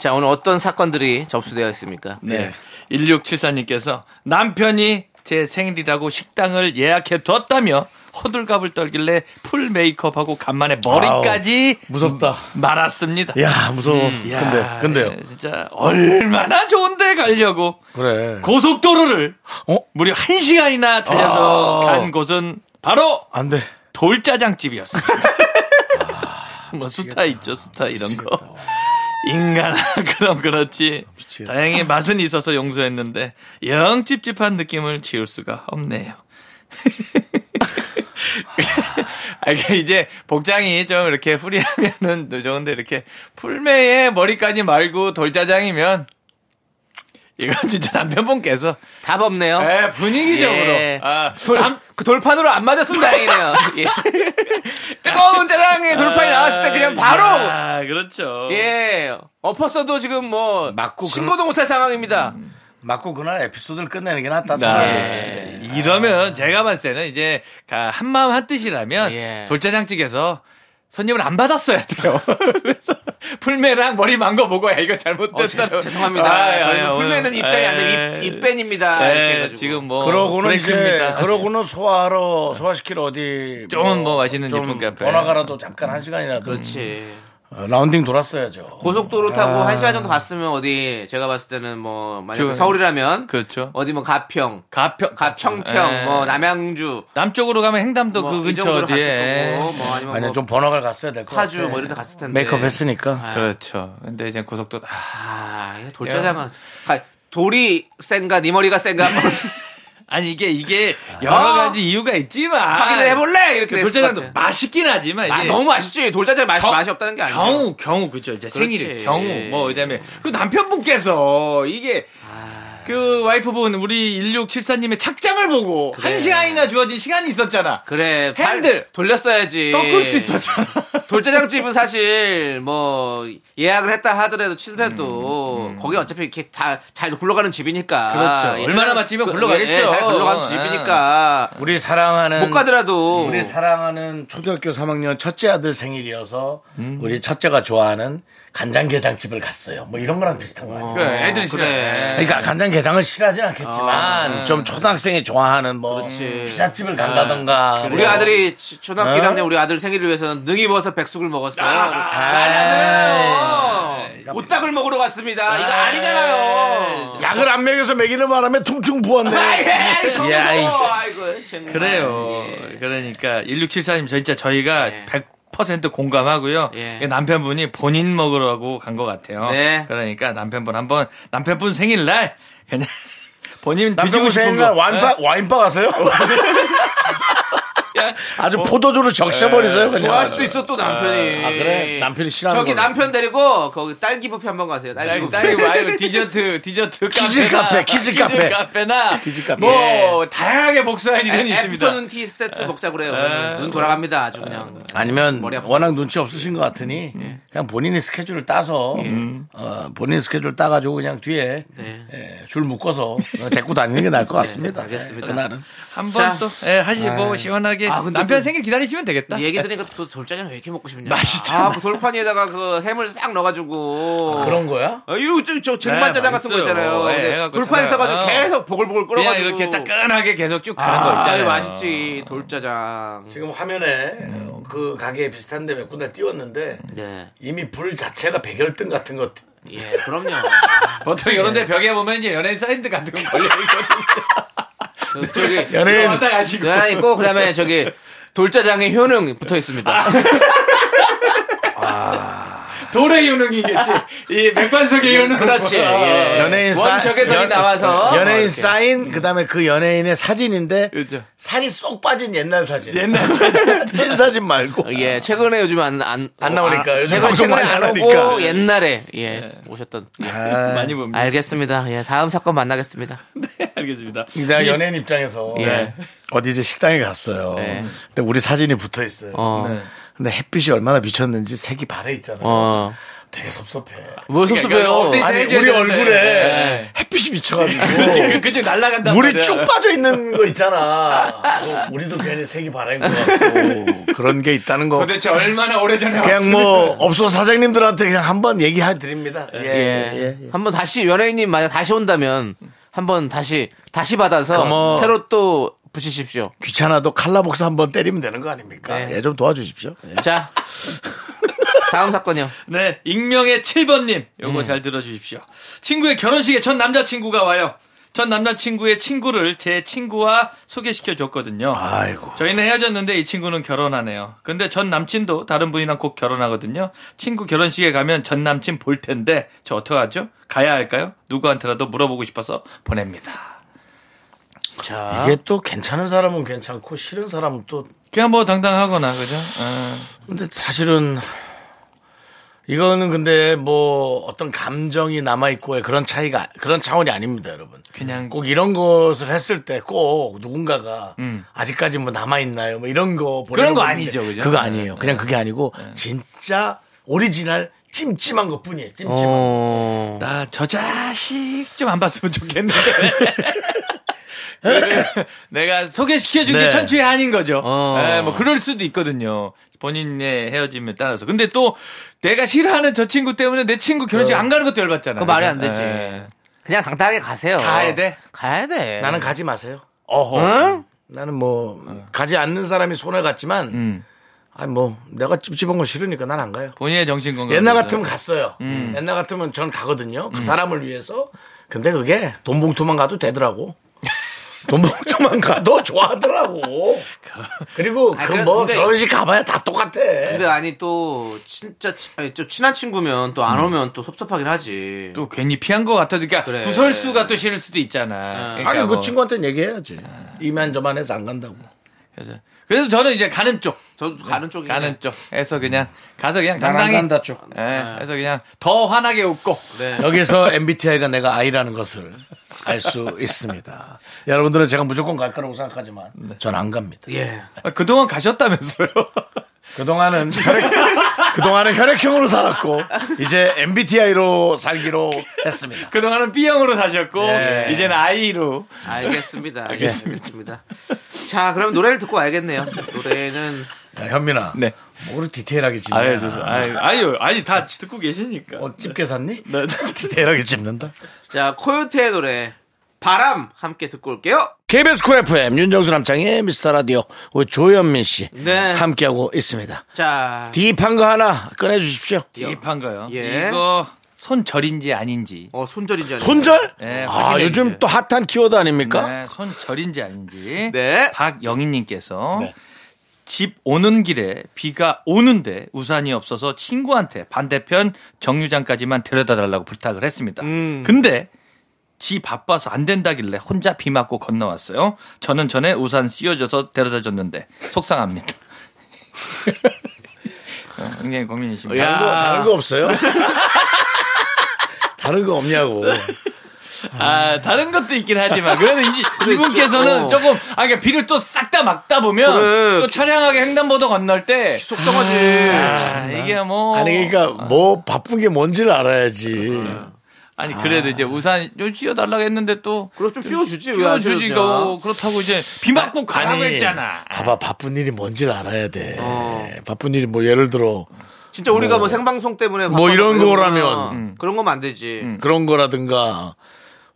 S2: 자, 오늘 어떤 사건들이 접수되어 있습니까?
S6: 네. 1674님께서 남편이 제 생일이라고 식당을 예약해 뒀다며 호들갑을 떨길래 풀 메이크업하고 간만에 머리까지
S1: 무섭다.
S6: 말았습니다.
S1: 야, 무서워.
S6: 음. 야, 예.
S1: 근데, 근데요.
S6: 진짜 얼마나 좋은데 가려고
S1: 그래.
S6: 고속도로를
S1: 어?
S6: 무려 1시간이나 달려서 간 곳은 바로
S1: 안 돼.
S6: 돌짜장집이었습니다. 뭐 스타 있죠, 스타 이런 거. 인간아 그럼 그렇지. 다행히 맛은 있어서 용서했는데 영 찝찝한 느낌을 지울 수가 없네요. 아, 이게 이제 복장이 좀 이렇게 프리하면은 또 좋은데 이렇게 풀매에 머리까지 말고 돌짜장이면 이건 진짜 남편분께서
S2: 답 없네요.
S6: 에, 분위기적으로
S2: 예.
S6: 아,
S2: 돌, 그 돌판으로 안 맞았으면 다행이네요. 예. 뜨거운 짜장에 돌판이 나왔을 때 그냥 바로
S6: 아, 그렇죠.
S2: 예 엎었어도 지금 뭐
S1: 맞고
S2: 신고도 못할 상황입니다.
S1: 맞고 그날 에피소드를 끝내는 게 낫다.
S6: 아,
S1: 차라리.
S6: 예. 이러면 제가 봤을 때는 이제 가- 한마음 한뜻이라면
S2: 아. 예.
S6: 돌짜장집에서 손님을 안 받았어야 돼요. 그래서 풀매랑 머리 망거 보고 야 이거 잘못됐다.
S2: 어, 죄송합니다.
S6: 아, 예,
S2: 저희는 풀매는 입장이 안 되고 입- 입밴입니다. 이렇게 해가지고.
S6: 네, 지금 뭐
S1: 그러고는 이제
S6: 브레이크입니다.
S1: 그러고는 소화하러 소화시키러 어디
S6: 좀뭐 맛있는 예쁜 카페.
S1: 번화가라도 잠깐 한 시간이라도
S2: 그렇지.
S6: 음.
S1: 어, 라운딩 돌았어야죠.
S2: 고속도로 타고 한 시간 정도 갔으면 어디 제가 봤을 때는 뭐 만약
S6: 아. 그-
S2: 서울이라면
S6: 그렇죠.
S2: 어디 뭐 가평,
S6: 가평
S2: 가청평,
S6: 예.
S2: 뭐 남양주
S6: 남쪽으로 가면 횡담도
S2: 뭐
S6: 그
S2: 이
S6: 근처
S2: 정도로
S6: 어디에 네.
S2: 갔을 거고 뭐 아니면
S1: 아니
S2: 뭐
S1: 좀 번화가를 갔어야 될 것 같아.
S2: 파주 뭐 이런 데 갔을 텐데
S1: 메이크업 했으니까.
S2: 아,
S6: 그렇죠. 근데 이제 고속도로 아,
S2: 아, 이거 돌짜장은 가- 돌이 센가 네 머리가 센가 한번
S6: 아니 이게 이게 여러 가지 이유가 있지만
S2: 어? 확인을 해볼래 이렇게 됐을 것
S6: 아, 그 돌짜장도
S2: 같아.
S6: 맛있긴 하지만
S2: 아,
S6: 이게
S2: 너무 맛있지 돌짜장 맛 맛이 없다는 게 아니야.
S6: 경우 경우 그죠 이제
S2: 그렇지.
S6: 생일 경우 뭐 그다음에 그 남편분께서 이게
S2: 아.
S6: 그 와이프분 우리 1674님의 착장을 보고 한 시간이나 주어진 시간이 있었잖아.
S2: 그래 발
S6: 핸들.
S2: 돌렸어야지.
S6: 꺾을 수 있었잖아.
S2: 예. 돌짜장 집은 사실 뭐 예약을 했다 하더라도 치더라도 거기 어차피 이렇게 다 잘 굴러가는 집이니까.
S6: 음, 그렇죠. 얼마나 맛집이면
S2: 그-
S6: 굴러가겠죠. 음.
S2: 예, 잘 굴러가는
S6: 어,
S2: 집이니까
S1: 우리 사랑하는
S2: 못 가더라도
S1: 우리 사랑하는 초등학교 3학년 첫째 아들 생일이어서 우리 첫째가 좋아하는 간장게장집을 갔어요. 뭐 이런 거랑 비슷한 거 아니에요?
S6: 그래, 네, 애들이 싫어.
S1: 그러니까 간장게장을 싫어하진 않겠지만
S2: 아.
S1: 좀 초등학생이 좋아하는 뭐 피자집을 간다던가
S2: 우리
S1: 뭐.
S2: 아들이 치- 초등학교
S1: 어?
S2: 1학년 우리 아들 생일을 위해서 능이 버섯 백숙을 먹었어요.
S6: 아,
S2: 어.
S1: 아.
S2: 오딱을 먹으러 갔습니다. 이거
S6: 아, 예,
S2: 아니잖아요. 아,
S1: 약을 안 먹여서 먹이는 바람에 퉁퉁
S2: 예,
S1: 부었네. 야, 이씨.
S6: 그래요. 그러니까 1674님 저 진짜 저희가
S2: 아, 예.
S6: 100% 공감하고요.
S2: 예.
S6: 이 남편분이 본인 먹으라고 간 것 같아요.
S2: 네.
S6: 그러니까 남편분 한번 남편분 생일날 그냥 본인
S1: 남편분
S6: 뒤지고 싶은
S1: 생일날
S6: 거
S2: 어?
S1: 와인바, 와인바 가세요?
S6: 그냥
S1: 아주 포도주로 적셔버리세요, 그냥.
S2: 뭐 좋아할 수도 있어 또 남편이.
S1: 아, 그래? 남편이 싫어하는
S2: 저기
S1: 걸로.
S2: 남편 데리고 거기 딸기 뷔페 한번 가세요. 딸기
S6: 딸기,
S2: 뷔페.
S6: 딸기 와이프 디저트 디저트
S1: 키즈
S6: 카페나
S1: 카페, 키즈 카페.
S6: 나
S1: 키즈 카페.
S6: 뭐 다양하게 복수할 일은
S2: 애-
S6: 있습니다. 아.
S2: 애프터는 티 세트 먹자 그래요. 그러면 눈 돌아갑니다. 아주 그냥.
S1: 아니면
S2: 머리 아프다.
S1: 워낙 눈치 없으신 것 같으니 그냥 본인이 스케줄을 따서 어, 본인 스케줄 따가지고 그냥 뒤에
S2: 네.
S1: 예, 줄 묶어서 데리고 다니는 게 나을 것 같습니다.
S2: 알겠습니다.
S1: 예, 그날은
S6: 한번 또 예, 하시 뭐 시원하게 남편 생일 기다리시면 되겠다.
S2: 아. 얘기 들으니까 또 돌짜장 왜 이렇게 먹고 싶냐. 맛있잖아. 아, 그 돌판 위에다가 그 햄을 싹 넣어가지고.
S1: 그런 거야?
S2: 아, 이러고 저, 저 쟁반
S6: 네,
S2: 짜장 같은 거
S6: 맛있어요.
S2: 있잖아요.
S6: 예,
S2: 근데
S6: 해갖고
S2: 돌판에
S6: 정말,
S2: 써가지고
S6: 어.
S2: 계속 보글보글
S6: 그냥
S2: 끓어가지고.
S6: 이렇게 따끈하게 계속 쭉 가는 거
S2: 아,
S6: 있잖아요.
S2: 맛있지. 돌짜장.
S1: 지금 화면에 어, 그 가게에 비슷한데 몇 군데 띄웠는데
S2: 네.
S1: 이미 불 자체가 백열등 같은 것
S2: 예, 그럼요. 아,
S6: 보통 이런 데 벽에 보면 이제 연예인 사인드 같은 거 걸려 있거든요.
S2: 그 저기
S1: 연예인
S6: 왔다 가시고.
S2: 누나 있고 그다음에 저기 돌짜장의 효능 붙어 있습니다.
S6: 돌의 유능이겠지. 이 맥반석의 아. 유능.
S2: 그렇지. 예.
S1: 아, 연예인 사인
S2: 원적외선이
S1: 연-
S2: 나와서
S1: 연예인
S2: 이렇게.
S1: 사인 그다음에 그 연예인의 사진인데
S6: 그렇죠.
S1: 살이 쏙 빠진 옛날 사진 옛날 사진 찐 사진 말고
S2: 예, 최근에 요즘 안, 안,
S1: 안
S2: 어,
S1: 나오니까,
S2: 아,
S1: 요즘
S2: 최근에,
S1: 방송
S2: 최근에 안
S1: 많이 안
S2: 오고
S1: 하니까.
S2: 옛날에 예, 오셨던.
S6: 많이 봅니다.
S2: 알겠습니다. 예, 다음 사건 만나겠습니다.
S6: 알겠습니다.
S1: 내가 연예인 입장에서 네.
S2: 예.
S1: 어디 이제 식당에 갔어요.
S2: 네.
S1: 근데 우리 사진이 붙어 있어요.
S2: 어.
S1: 근데 햇빛이 얼마나 비쳤는지 색이 바래 있잖아요.
S2: 어.
S1: 되게 섭섭해.
S2: 뭘 섭섭해요?
S6: 업데이트
S1: 아니,
S6: 해줘야
S1: 우리
S6: 네, 되는데.
S1: 얼굴에
S6: 네.
S1: 햇빛이 미쳐가지고.
S6: 그치, 그, 그치, 날라간다.
S1: 물이 쭉 빠져 있는 거 있잖아. 어, 우리도 괜히 색이 바랜 것 같고 그런 게 있다는 거.
S6: 도대체 얼마나 오래전에
S1: 그냥 뭐 업소 사장님들한테 그냥 한번 얘기해 드립니다. 예.
S2: 예.
S1: 예. 예.
S2: 한번 다시 연예인님 만약 다시 온다면 한번 다시 다시 받아서
S1: 그럼, 어,
S2: 새로 또 붙이십시오.
S1: 귀찮아도 칼라복사 한번 때리면 되는 거 아닙니까?
S2: 네.
S1: 예, 좀 도와주십시오. 예.
S2: 자. 다음 사건이요.
S6: 네, 익명의 7번님. 요거 잘 들어주십시오. 친구의 결혼식에 전 남자친구가 와요. 전 남자친구의 친구를 제 친구와 소개시켜 줬거든요.
S1: 아이고.
S6: 저희는 헤어졌는데 이 친구는 결혼하네요. 근데 전 남친도 다른 분이랑 곧 결혼하거든요. 친구 결혼식에 가면 전 남친 볼 텐데 저 어떡하죠? 가야 할까요? 누구한테라도 물어보고 싶어서 보냅니다. 자,
S1: 이게 또 괜찮은 사람은 괜찮고 싫은 사람은 또
S6: 그냥 뭐 당당하거나 그죠? 어.
S1: 근데 사실은 이거는 근데 뭐 어떤 감정이 남아 있고의 그런 차이가 그런 차원이 아닙니다, 여러분.
S6: 그냥-
S1: 꼭 이런 것을 했을 때 꼭 누군가가 아직까지 뭐 남아 있나요? 뭐 이런 거 보내는
S6: 음. 그런 거
S1: 건데
S6: 아니죠, 그죠?
S1: 그거
S6: 네,
S1: 아니에요. 그냥 그게 아니고 진짜 오리지널 찜찜한 것뿐이에요. 찜찜한.
S2: 어.
S6: 나 저 자식 좀 안 봤으면 좋겠는데. 내가 소개시켜준
S1: 네.
S6: 게 천추의 한인 거죠.
S2: 어.
S6: 예, 뭐 그럴 수도 있거든요. 본인의 헤어짐에 따라서. 근데 또 내가 싫어하는 저 친구 때문에 내 친구 결혼식 안 가는 것도 열받잖아.
S2: 그거 말이 안
S6: 그죠?
S2: 되지.
S6: 예.
S2: 그냥 당당하게 가세요.
S6: 가야 돼?
S2: 가야 돼.
S1: 나는 가지 마세요.
S6: 어허.
S2: 음.
S1: 나는 뭐 가지 않는 사람이 손해 갔지만
S6: 음.
S1: 아니 뭐 내가 찝찝한 건 싫으니까 난 안 가요.
S6: 본인의 정신
S2: 음.
S6: 건강.
S1: 옛날 같으면 갔어요. 음. 옛날 같으면 전 가거든요. 그 사람을 위해서. 근데 그게 돈 봉투만 가도 되더라고. 돈 봉투만 가도 좋아하더라고. 그리고
S2: 아,
S1: 그
S2: 그래,
S1: 뭐
S2: 근데-
S1: 결혼식 가봐야 다 똑같아.
S2: 근데 아니 또 진짜 치- 아니, 좀 친한 친구면 또 안 오면 또 섭섭하긴 하지.
S6: 또 괜히 피한 것 같아. 그러니까
S2: 그래.
S6: 부설수가 또 싫을 수도 있잖아. 그러니까
S1: 아니 그
S6: 뭐.
S1: 친구한테는 얘기해야지. 이만 저만 해서 안 간다고.
S6: 그래서, 그래서 저는 이제 가는 쪽.
S2: 저도 가는 쪽이
S6: 가는 쪽. 해서 그냥 가서 그냥
S1: 난안
S6: 당당히.
S1: 간다 쪽.
S6: 예, 그래서 그냥 더 환하게 웃고.
S1: 여기서 MBTI가 내가 I라는 것을 알 수 있습니다. 여러분들은 제가 무조건 갈 거라고 생각하지만 전 안 갑니다.
S2: 예.
S6: 아, 그동안 가셨다면서요?
S1: 그동안은 혈액, 그동안은 혈액형으로 살았고 이제 MBTI로 살기로 했습니다.
S6: 그동안은 B형으로 사셨고 이제는 I로
S2: 알겠습니다. 알겠습니다. 자, 그럼 노래를 듣고 와야겠네요. 노래는
S1: 야, 현민아.
S6: 네.
S1: 뭐 그렇게 디테일하게 집냐.
S6: 아유, 죄송- 아유, 아유, 아니 다 듣고 계시니까
S1: 어, 집게 샀니? 디테일하게 집는다.
S2: 자, 코요태의 노래 바람 함께 듣고 올게요.
S1: KBS 쿨 FM 윤정수 남창의 미스터 라디오 우리 조현민 씨
S2: 네.
S1: 함께하고 있습니다.
S2: 자,
S1: 딥한 거 하나 꺼내 주십시오.
S6: 입한 거요.
S2: 예.
S6: 이거 손절인지 아닌지.
S2: 어, 손절인지 아니에요.
S1: 손절?
S6: 네,
S1: 아,
S6: 확인해
S1: 요즘
S6: 주세요.
S1: 또 핫한 키워드 아닙니까?
S6: 네, 손절인지 아닌지.
S2: 네.
S6: 박영희님께서 집 오는 길에 비가 오는데 우산이 없어서 친구한테 반대편 정류장까지만 데려다 달라고 부탁을 했습니다. 근데 지 바빠서 안 된다길래 혼자 비 맞고 건너왔어요. 저는 전에 우산 씌워줘서 데려다 줬는데 속상합니다. 어, 굉장히 고민이십니다.
S1: 다른 거, 다른 거 없어요? 다른 거 없냐고.
S6: 어. 아, 다른 것도 있긴 하지만 그래도 이, 분께서는
S2: 어.
S6: 조금 아 그러니까 비를 또 싹 다 막다 보면
S2: 그래.
S6: 또 차량하게 횡단보도 건널 때
S2: 속상하지.
S6: 아, 이게 뭐
S1: 아니, 그러니까 뭐 바쁜 게 뭔지를 알아야지.
S6: 아니, 그래도 이제 우산 좀 씌워달라고 했는데 또
S2: 그럼 좀 씌워주지. 왜안
S6: 씌워주지
S2: 씌워주냐.
S6: 이거 그렇다고 이제 비 맞고 가라고
S1: 아니,
S6: 했잖아. 어.
S1: 봐봐, 바쁜 일이 뭔지를 알아야 돼. 바쁜 일이 뭐 예를 들어
S2: 진짜 우리가 뭐 생방송 때문에
S1: 뭐 이런
S2: 바빠서 음.
S1: 거라면. 음.
S2: 그런 거면 안 되지.
S1: 그런 거라든가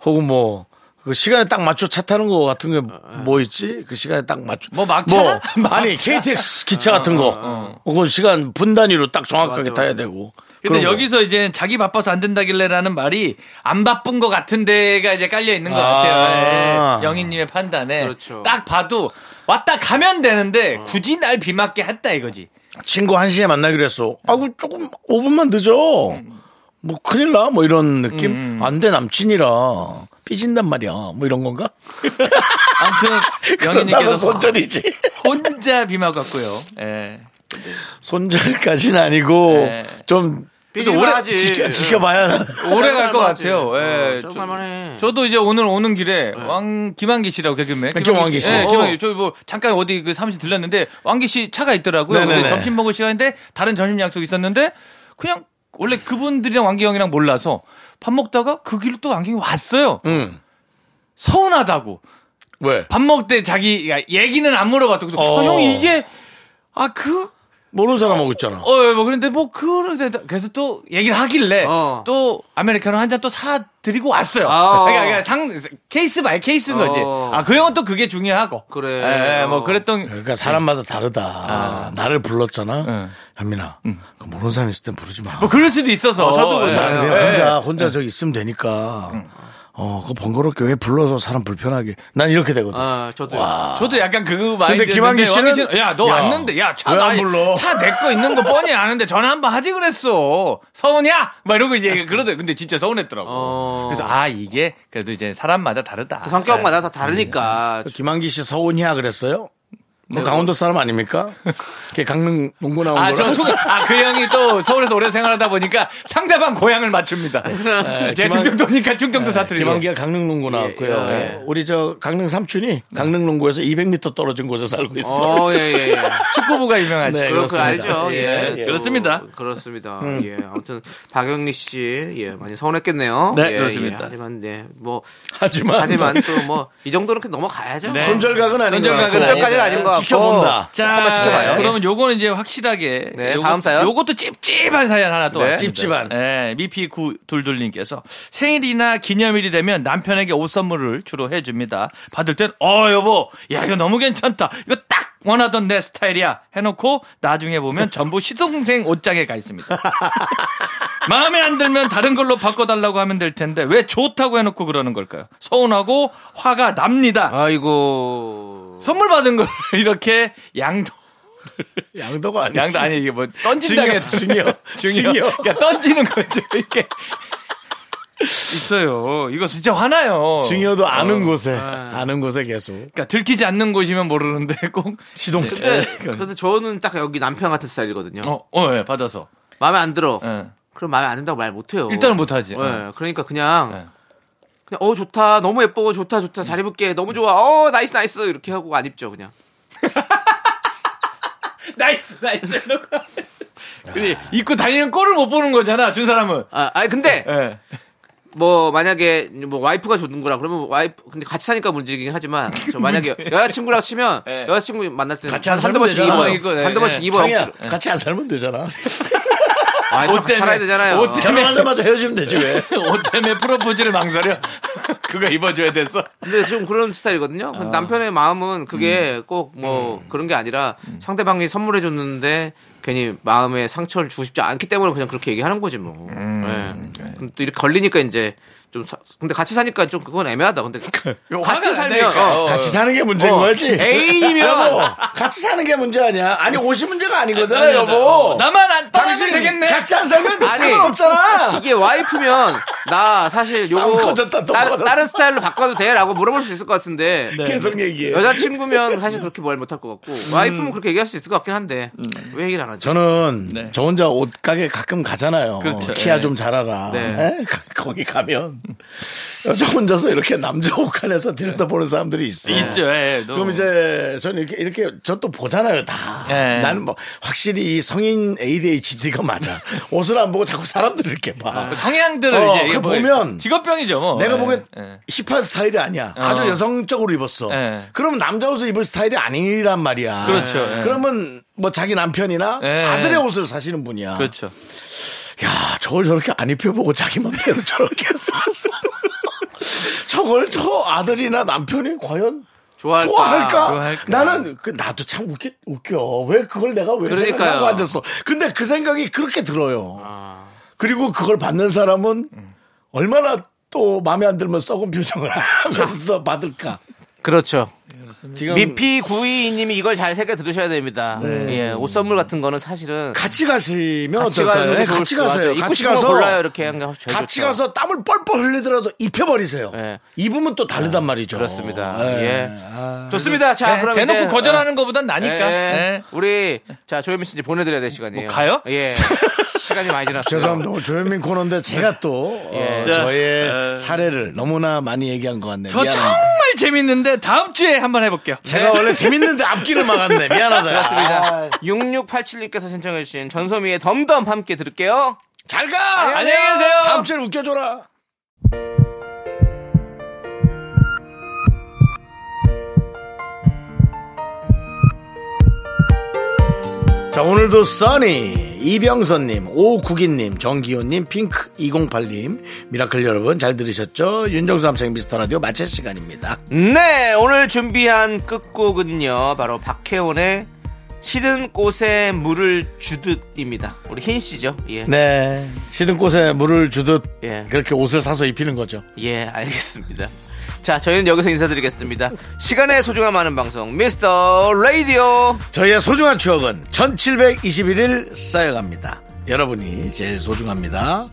S1: 혹은 뭐. 그 시간에 딱 맞춰 차 타는 거 같은 게 뭐 있지? 그 시간에 딱 맞춰.
S6: 뭐 막차? 어,
S1: 아니, KTX 기차 같은 거. 그건 시간 분 단위로 딱 정확하게 타야 되고.
S6: 근데
S1: 그런 거.
S6: 여기서 이제 자기 바빠서 안 된다길래라는 말이 안 바쁜 것 같은 데가 이제 깔려 있는 것
S1: 아.
S6: 같아요. 예, 영희님의 판단에
S2: 그렇죠. 어.
S6: 딱 봐도 왔다 가면 되는데 굳이 날 비 맞게 했다 이거지.
S1: 친구 한시에 만나기로 했어. 아구 조금 5분만 늦어. 뭐 큰일 나. 뭐 이런 느낌.
S6: 음,
S1: 안 돼 남친이라 삐진단 말이야. 뭐 이런 건가?
S6: 아무튼
S1: 그렇다면
S6: 영희님께서
S1: 손절이지.
S6: 혼자 비 맞았고요. 예.
S1: 손절까지는 아니고
S6: 네.
S1: 좀
S2: 삐질
S6: 오래
S2: 만하지.
S1: 지켜, 지켜봐야 하는.
S6: 오래 갈
S2: 짧은
S6: 것
S2: 하지.
S6: 같아요. 예.
S2: 어, 짧은
S6: 저-
S2: 말만해.
S6: 저도 이제 오늘 오는 길에 왕 김한기 씨라고 개그맨
S1: 네. 김한기 씨.
S6: 예,
S1: 어.
S6: 김한기 저희 뭐 잠깐 어디 그 사무실 들렀는데 왕기 씨 차가 있더라고요.
S1: 네네네.
S6: 근데 점심 먹을 시간인데 다른 점심 약속 있었는데 그냥 원래 그분들이랑 완기 형이랑 몰라서 밥 먹다가 그 길로 또 완기 형이 왔어요.
S1: 응.
S6: 서운하다고.
S1: 왜?
S6: 밥 먹을 때 자기 야, 얘기는 안 물어봤다고. 그래서
S1: 어.
S6: 아, 형 이게 아 그.
S1: 모르는 사람하고 있잖아.
S6: 어, 예, 뭐, 그런데 뭐, 그, 그래서 또, 얘기를 하길래,
S1: 어.
S6: 또, 아메리카노 한 잔 또 사드리고 왔어요.
S1: 아.
S2: 어.
S6: 그러니까, 그러니까 상, 케이스 바이 케이스인 거지.
S2: 어.
S6: 아, 그 형은 또 그게 중요하고.
S2: 그래.
S6: 예, 예, 뭐, 그랬던.
S1: 그러니까 사람마다 다르다.
S6: 아.
S1: 나를 불렀잖아. 현민아. 그 모르는 사람 있을 땐 부르지 마.
S6: 뭐, 그럴 수도 있어서.
S1: 그냥
S6: 예, 예.
S1: 혼자 혼자 저기 있으면 되니까. 어, 그 번거롭게 왜 불러서 사람 불편하게. 난 이렇게 되거든.
S2: 아, 저도
S6: 저도 약간 그 마인드.
S1: 김한기 씨는-
S6: 야, 너
S1: 야,
S6: 왔는데, 야, 차,
S1: 왜안
S6: 나-
S1: 불러?
S6: 차 내 거 있는 거 뻔히 아는데 전화 한 번 하지 그랬어. 서운이야? 막 이러고 이제 그러더니, 근데 진짜 서운했더라고.
S1: 어.
S2: 어.
S6: 그래서, 아, 이게, 그래도 이제 사람마다 다르다.
S2: 그 성격마다
S6: 네.
S2: 다 다르니까.
S1: 김한기 씨 서운이야 그랬어요? 그 강원도 사람 아닙니까? 걔 강릉 농구 나온
S6: 아,
S1: 거라.
S6: 저, 총, 아, 그 형이 또 서울에서 오래 생활하다 보니까 상대방 고향을 맞춥니다. 예,
S1: 네.
S6: 제
S1: 김한- 네,
S6: 충청도니까 충청도 사투리.
S1: 김한기가 강릉 농구 나왔고요. 우리 저 강릉 삼촌이 강릉 농구에서 200m 떨어진 곳에 살고 있어.
S2: 어, 예, 예, 예.
S6: 축구부가 유명하지.
S1: 네,
S2: 그렇 그
S1: 그렇습니다.
S2: 알죠. 예.
S1: 예, 예.
S6: 그렇습니다. 음.
S2: 어, 그렇습니다. 예. 아무튼 박영리 씨, 예, 많이 서운했겠네요.
S6: 네,
S2: 예,
S6: 그렇습니다.
S2: 예. 하지만 네, 뭐
S1: 하지만
S2: 하지만 또 뭐 이 정도는 그냥 넘어가야죠.
S6: 네.
S1: 손절각은 아닌 것 같고.
S6: 손절각은
S2: 손절까지는 아닌 것 같고.
S1: 지켜본다.
S6: 자,
S2: 지켜봐요. 예.
S6: 그러면 요거는 이제 확실하게.
S2: 네, 다음 사연.
S6: 요것도 찝찝한 사연 하나 또
S2: 네.
S6: 왔습니다.
S1: 찝찝한.
S6: 예, 미피구둘둘님께서 생일이나 기념일이 되면 남편에게 옷 선물을 주로 해줍니다. 받을 땐, 어, 여보, 야, 이거 너무 괜찮다. 이거 딱 원하던 내 스타일이야. 해놓고 나중에 보면 전부 시동생 옷장에 가 있습니다. 마음에 안 들면 다른 걸로 바꿔달라고 하면 될 텐데 왜 좋다고 해놓고 그러는 걸까요? 서운하고 화가 납니다.
S2: 아. 아이고.
S6: 선물 받은 걸 이렇게 양도
S1: 양도가 아니지.
S6: 양도 아니 이게 뭐 던진다게
S1: 증여, 증여, 증여.
S6: 그러니까 던지는 거죠 이게 있어요. 이거 진짜 화나요.
S1: 증여도 아는 곳에 아는 곳에 계속.
S6: 그러니까 들키지 않는 곳이면 모르는데 꼭 시동생.
S2: 근데 저는 딱 여기 남편 같은 스타일이거든요.
S6: 네. 어, 어, 예, 받아서.
S2: 마음에 안 들어.
S6: 예.
S2: 그럼 마음에 안 든다고 말 못해요.
S6: 일단은 못하지.
S2: 예,
S6: 어.
S2: 그러니까 그냥,
S6: 예.
S2: 그냥, 어, 좋다. 너무 예뻐. 좋다. 좋다. 잘 입을게. 너무 좋아. 어, 나이스, 나이스. 이렇게 하고 안 입죠, 그냥.
S6: 나이스, 나이스. 이러고. 근데 입고 다니는 꼴을 못 보는 거잖아, 준 사람은.
S2: 아, 아니, 근데,
S6: 예.
S2: 뭐, 만약에, 뭐, 와이프가 주는 거라 그러면 와이프, 근데 같이 사니까 문제이긴 하지만, 저 만약에 여자친구랑 치면,
S6: 예.
S2: 여자친구 만날 때는
S1: 같이 안
S2: 한두 번씩
S1: 살면
S2: 입어요.
S6: 되잖아.
S2: 한두 번씩
S6: 예,
S2: 입어요.
S1: 창이야,
S2: 억지로.
S1: 같이 안 살면 되잖아.
S2: 아,
S6: 옷
S2: 같이
S6: 때문에.
S2: 살아야 되잖아요.
S6: 옷 때문에.
S1: 결혼하자마자 헤어지면 되지 왜?
S6: 옷 때문에 프로포즈를 망설여. 그거 입어줘야 돼서.
S2: 근데 좀 그런 스타일이거든요.
S1: 아.
S2: 근데 남편의 마음은 그게 꼭 뭐
S1: 음.
S2: 그런 게 아니라 상대방이 선물해 줬는데 괜히 마음에 상처를 주고 싶지 않기 때문에 그냥 그렇게 얘기하는 거지 뭐.
S1: 음.
S2: 예.
S1: 네.
S2: 근데 또 이렇게 걸리니까 이제 좀 사- 근데 같이 사니까 좀 그건 애매하다. 근데 같이
S6: 화가 안
S2: 살면
S6: 되니까.
S2: 어.
S6: 어.
S1: 같이 사는 게 문제인 거지. 여보,
S2: 애인이면
S1: 같이 사는 게 문제 아니야. 아니 옷이 문제가 아니거든, 여보.
S6: 나만 안 떠나면
S1: 당신
S6: 어, 되겠네.
S1: 같이 안 살면
S2: 아니.
S1: 상관없잖아.
S2: 이게 와이프면 나 사실
S1: 싸움
S2: 요거
S1: 커졌다, 또
S2: 따-
S1: 커졌어. 네.
S2: 다른 스타일로 바꿔도 돼라고 물어볼 수 있을 것 같은데
S1: 계속 얘기해.
S2: 네. 여자친구면 사실 그렇게 말 못할 것 같고
S1: 음.
S2: 와이프면 그렇게 얘기할 수 있을 것 같긴 한데 왜 얘기를 안 하지?
S1: 저는 저 혼자 옷 가게 가끔 가잖아요.
S6: 그렇죠.
S1: 키야
S6: 네.
S1: 좀 잘하라.
S2: 네.
S1: 에? 가- 거기 가면 여자 혼자서 이렇게 남자 옷간에서 들여다보는 사람들이 있어요.
S6: 있죠. 예, 예, 너무.
S1: 그럼 이제 저는 이렇게 이렇게 저 또 보잖아요 다.
S6: 예.
S1: 나는 뭐 확실히 이 성인 ADHD가 맞아. 옷을 안 보고 자꾸 사람들을 이렇게 봐.
S6: 성향들을
S1: 어,
S6: 이제
S1: 그
S6: 뭐
S1: 보면
S6: 직업병이죠. 뭐.
S1: 내가
S6: 예,
S1: 보기엔
S6: 예.
S1: 힙한 스타일이 아니야. 아주
S6: 어.
S1: 여성적으로 입었어.
S6: 예.
S1: 그러면 남자 옷을 입을 스타일이 아니란 말이야.
S6: 그렇죠. 예.
S1: 그러면 뭐 자기 남편이나
S6: 예.
S1: 아들의 옷을 사시는 분이야.
S6: 그렇죠.
S1: 야, 저걸 저렇게 안 입혀보고 자기 맘대로 저렇게 샀어. 저걸 저 아들이나 남편이 과연
S2: 좋아할까?
S1: 좋아할까?
S6: 좋아할까?
S1: 나는 그 나도 참 웃기, 웃겨. 왜 그걸 내가 왜
S2: 그러니까요. 아.
S1: 생각하고 앉았어? 근데 그 생각이 그렇게 들어요. 그리고 그걸 받는 사람은 얼마나 또 마음에 안 들면 썩은 표정을 하면서 받을까?
S2: 그렇죠.
S1: 지금
S2: 미피 구이님이 이걸 잘 새겨 들으셔야 됩니다. 예, 옷 선물 같은 거는 사실은
S1: 같이 가시면 네.
S2: 같이
S1: 어떨까요?
S2: 가는 게
S1: 네,
S2: 좋을
S1: 같이
S2: 것 같아요.
S1: 가세요.
S2: 입고
S1: 같이
S2: 싶은 거
S1: 가서
S2: 골라요 이렇게 하는 게 제일
S1: 같이
S2: 좋죠.
S1: 가서 땀을 뻘뻘 흘리더라도 입혀버리세요.
S2: 예.
S1: 입으면 또 다르단 말이죠.
S2: 네. 그렇습니다.
S1: 예.
S2: 예, 좋습니다. 자,
S6: 예,
S2: 그럼
S6: 대놓고
S2: 이제,
S6: 거절하는 것보단
S2: 어,
S6: 나니까.
S2: 예,
S6: 예.
S2: 우리 자 조현민 씨 이제 보내드려야 될 시간이에요.
S6: 뭐 가요?
S2: 예, 시간이 많이 지났어요.
S1: 죄송합니다. 오늘 조현민 코너인데 제가 또 어,
S2: 예.
S1: 저의 사례를 너무나 많이 얘기한 것 같네요.
S6: 저
S1: 미안합니다.
S6: 정말 재밌는데 다음 주에 한번 해볼게요.
S1: 제가 원래 재밌는데 앞길을 막았네. 미안하다.
S2: 그렇습니다. 6687님께서 신청해주신 전소미의 덤덤 함께 들을게요.
S1: 잘 가!
S6: 안녕히 계세요.
S1: 다음 주에 웃겨줘라. 자, 오늘도 써니, 이병선님, 오국인님, 정기호님, 핑크208님, 미라클 여러분 잘 들으셨죠? 윤정수 남생 미스터 라디오 마칠 시간입니다.
S2: 네, 오늘 준비한 끝곡은요. 바로 박혜원의 시든 꽃에 물을 주듯입니다. 우리 흰 씨죠? 예.
S1: 네. 시든 꽃에 물을 주듯
S2: 예.
S1: 그렇게 옷을 사서 입히는 거죠.
S2: 예, 알겠습니다. 자, 저희는 여기서 인사드리겠습니다. 시간의 소중함 많은 방송, 미스터 라디오.
S1: 저희의 소중한 추억은 1721일 쌓여갑니다. 여러분이 제일 소중합니다.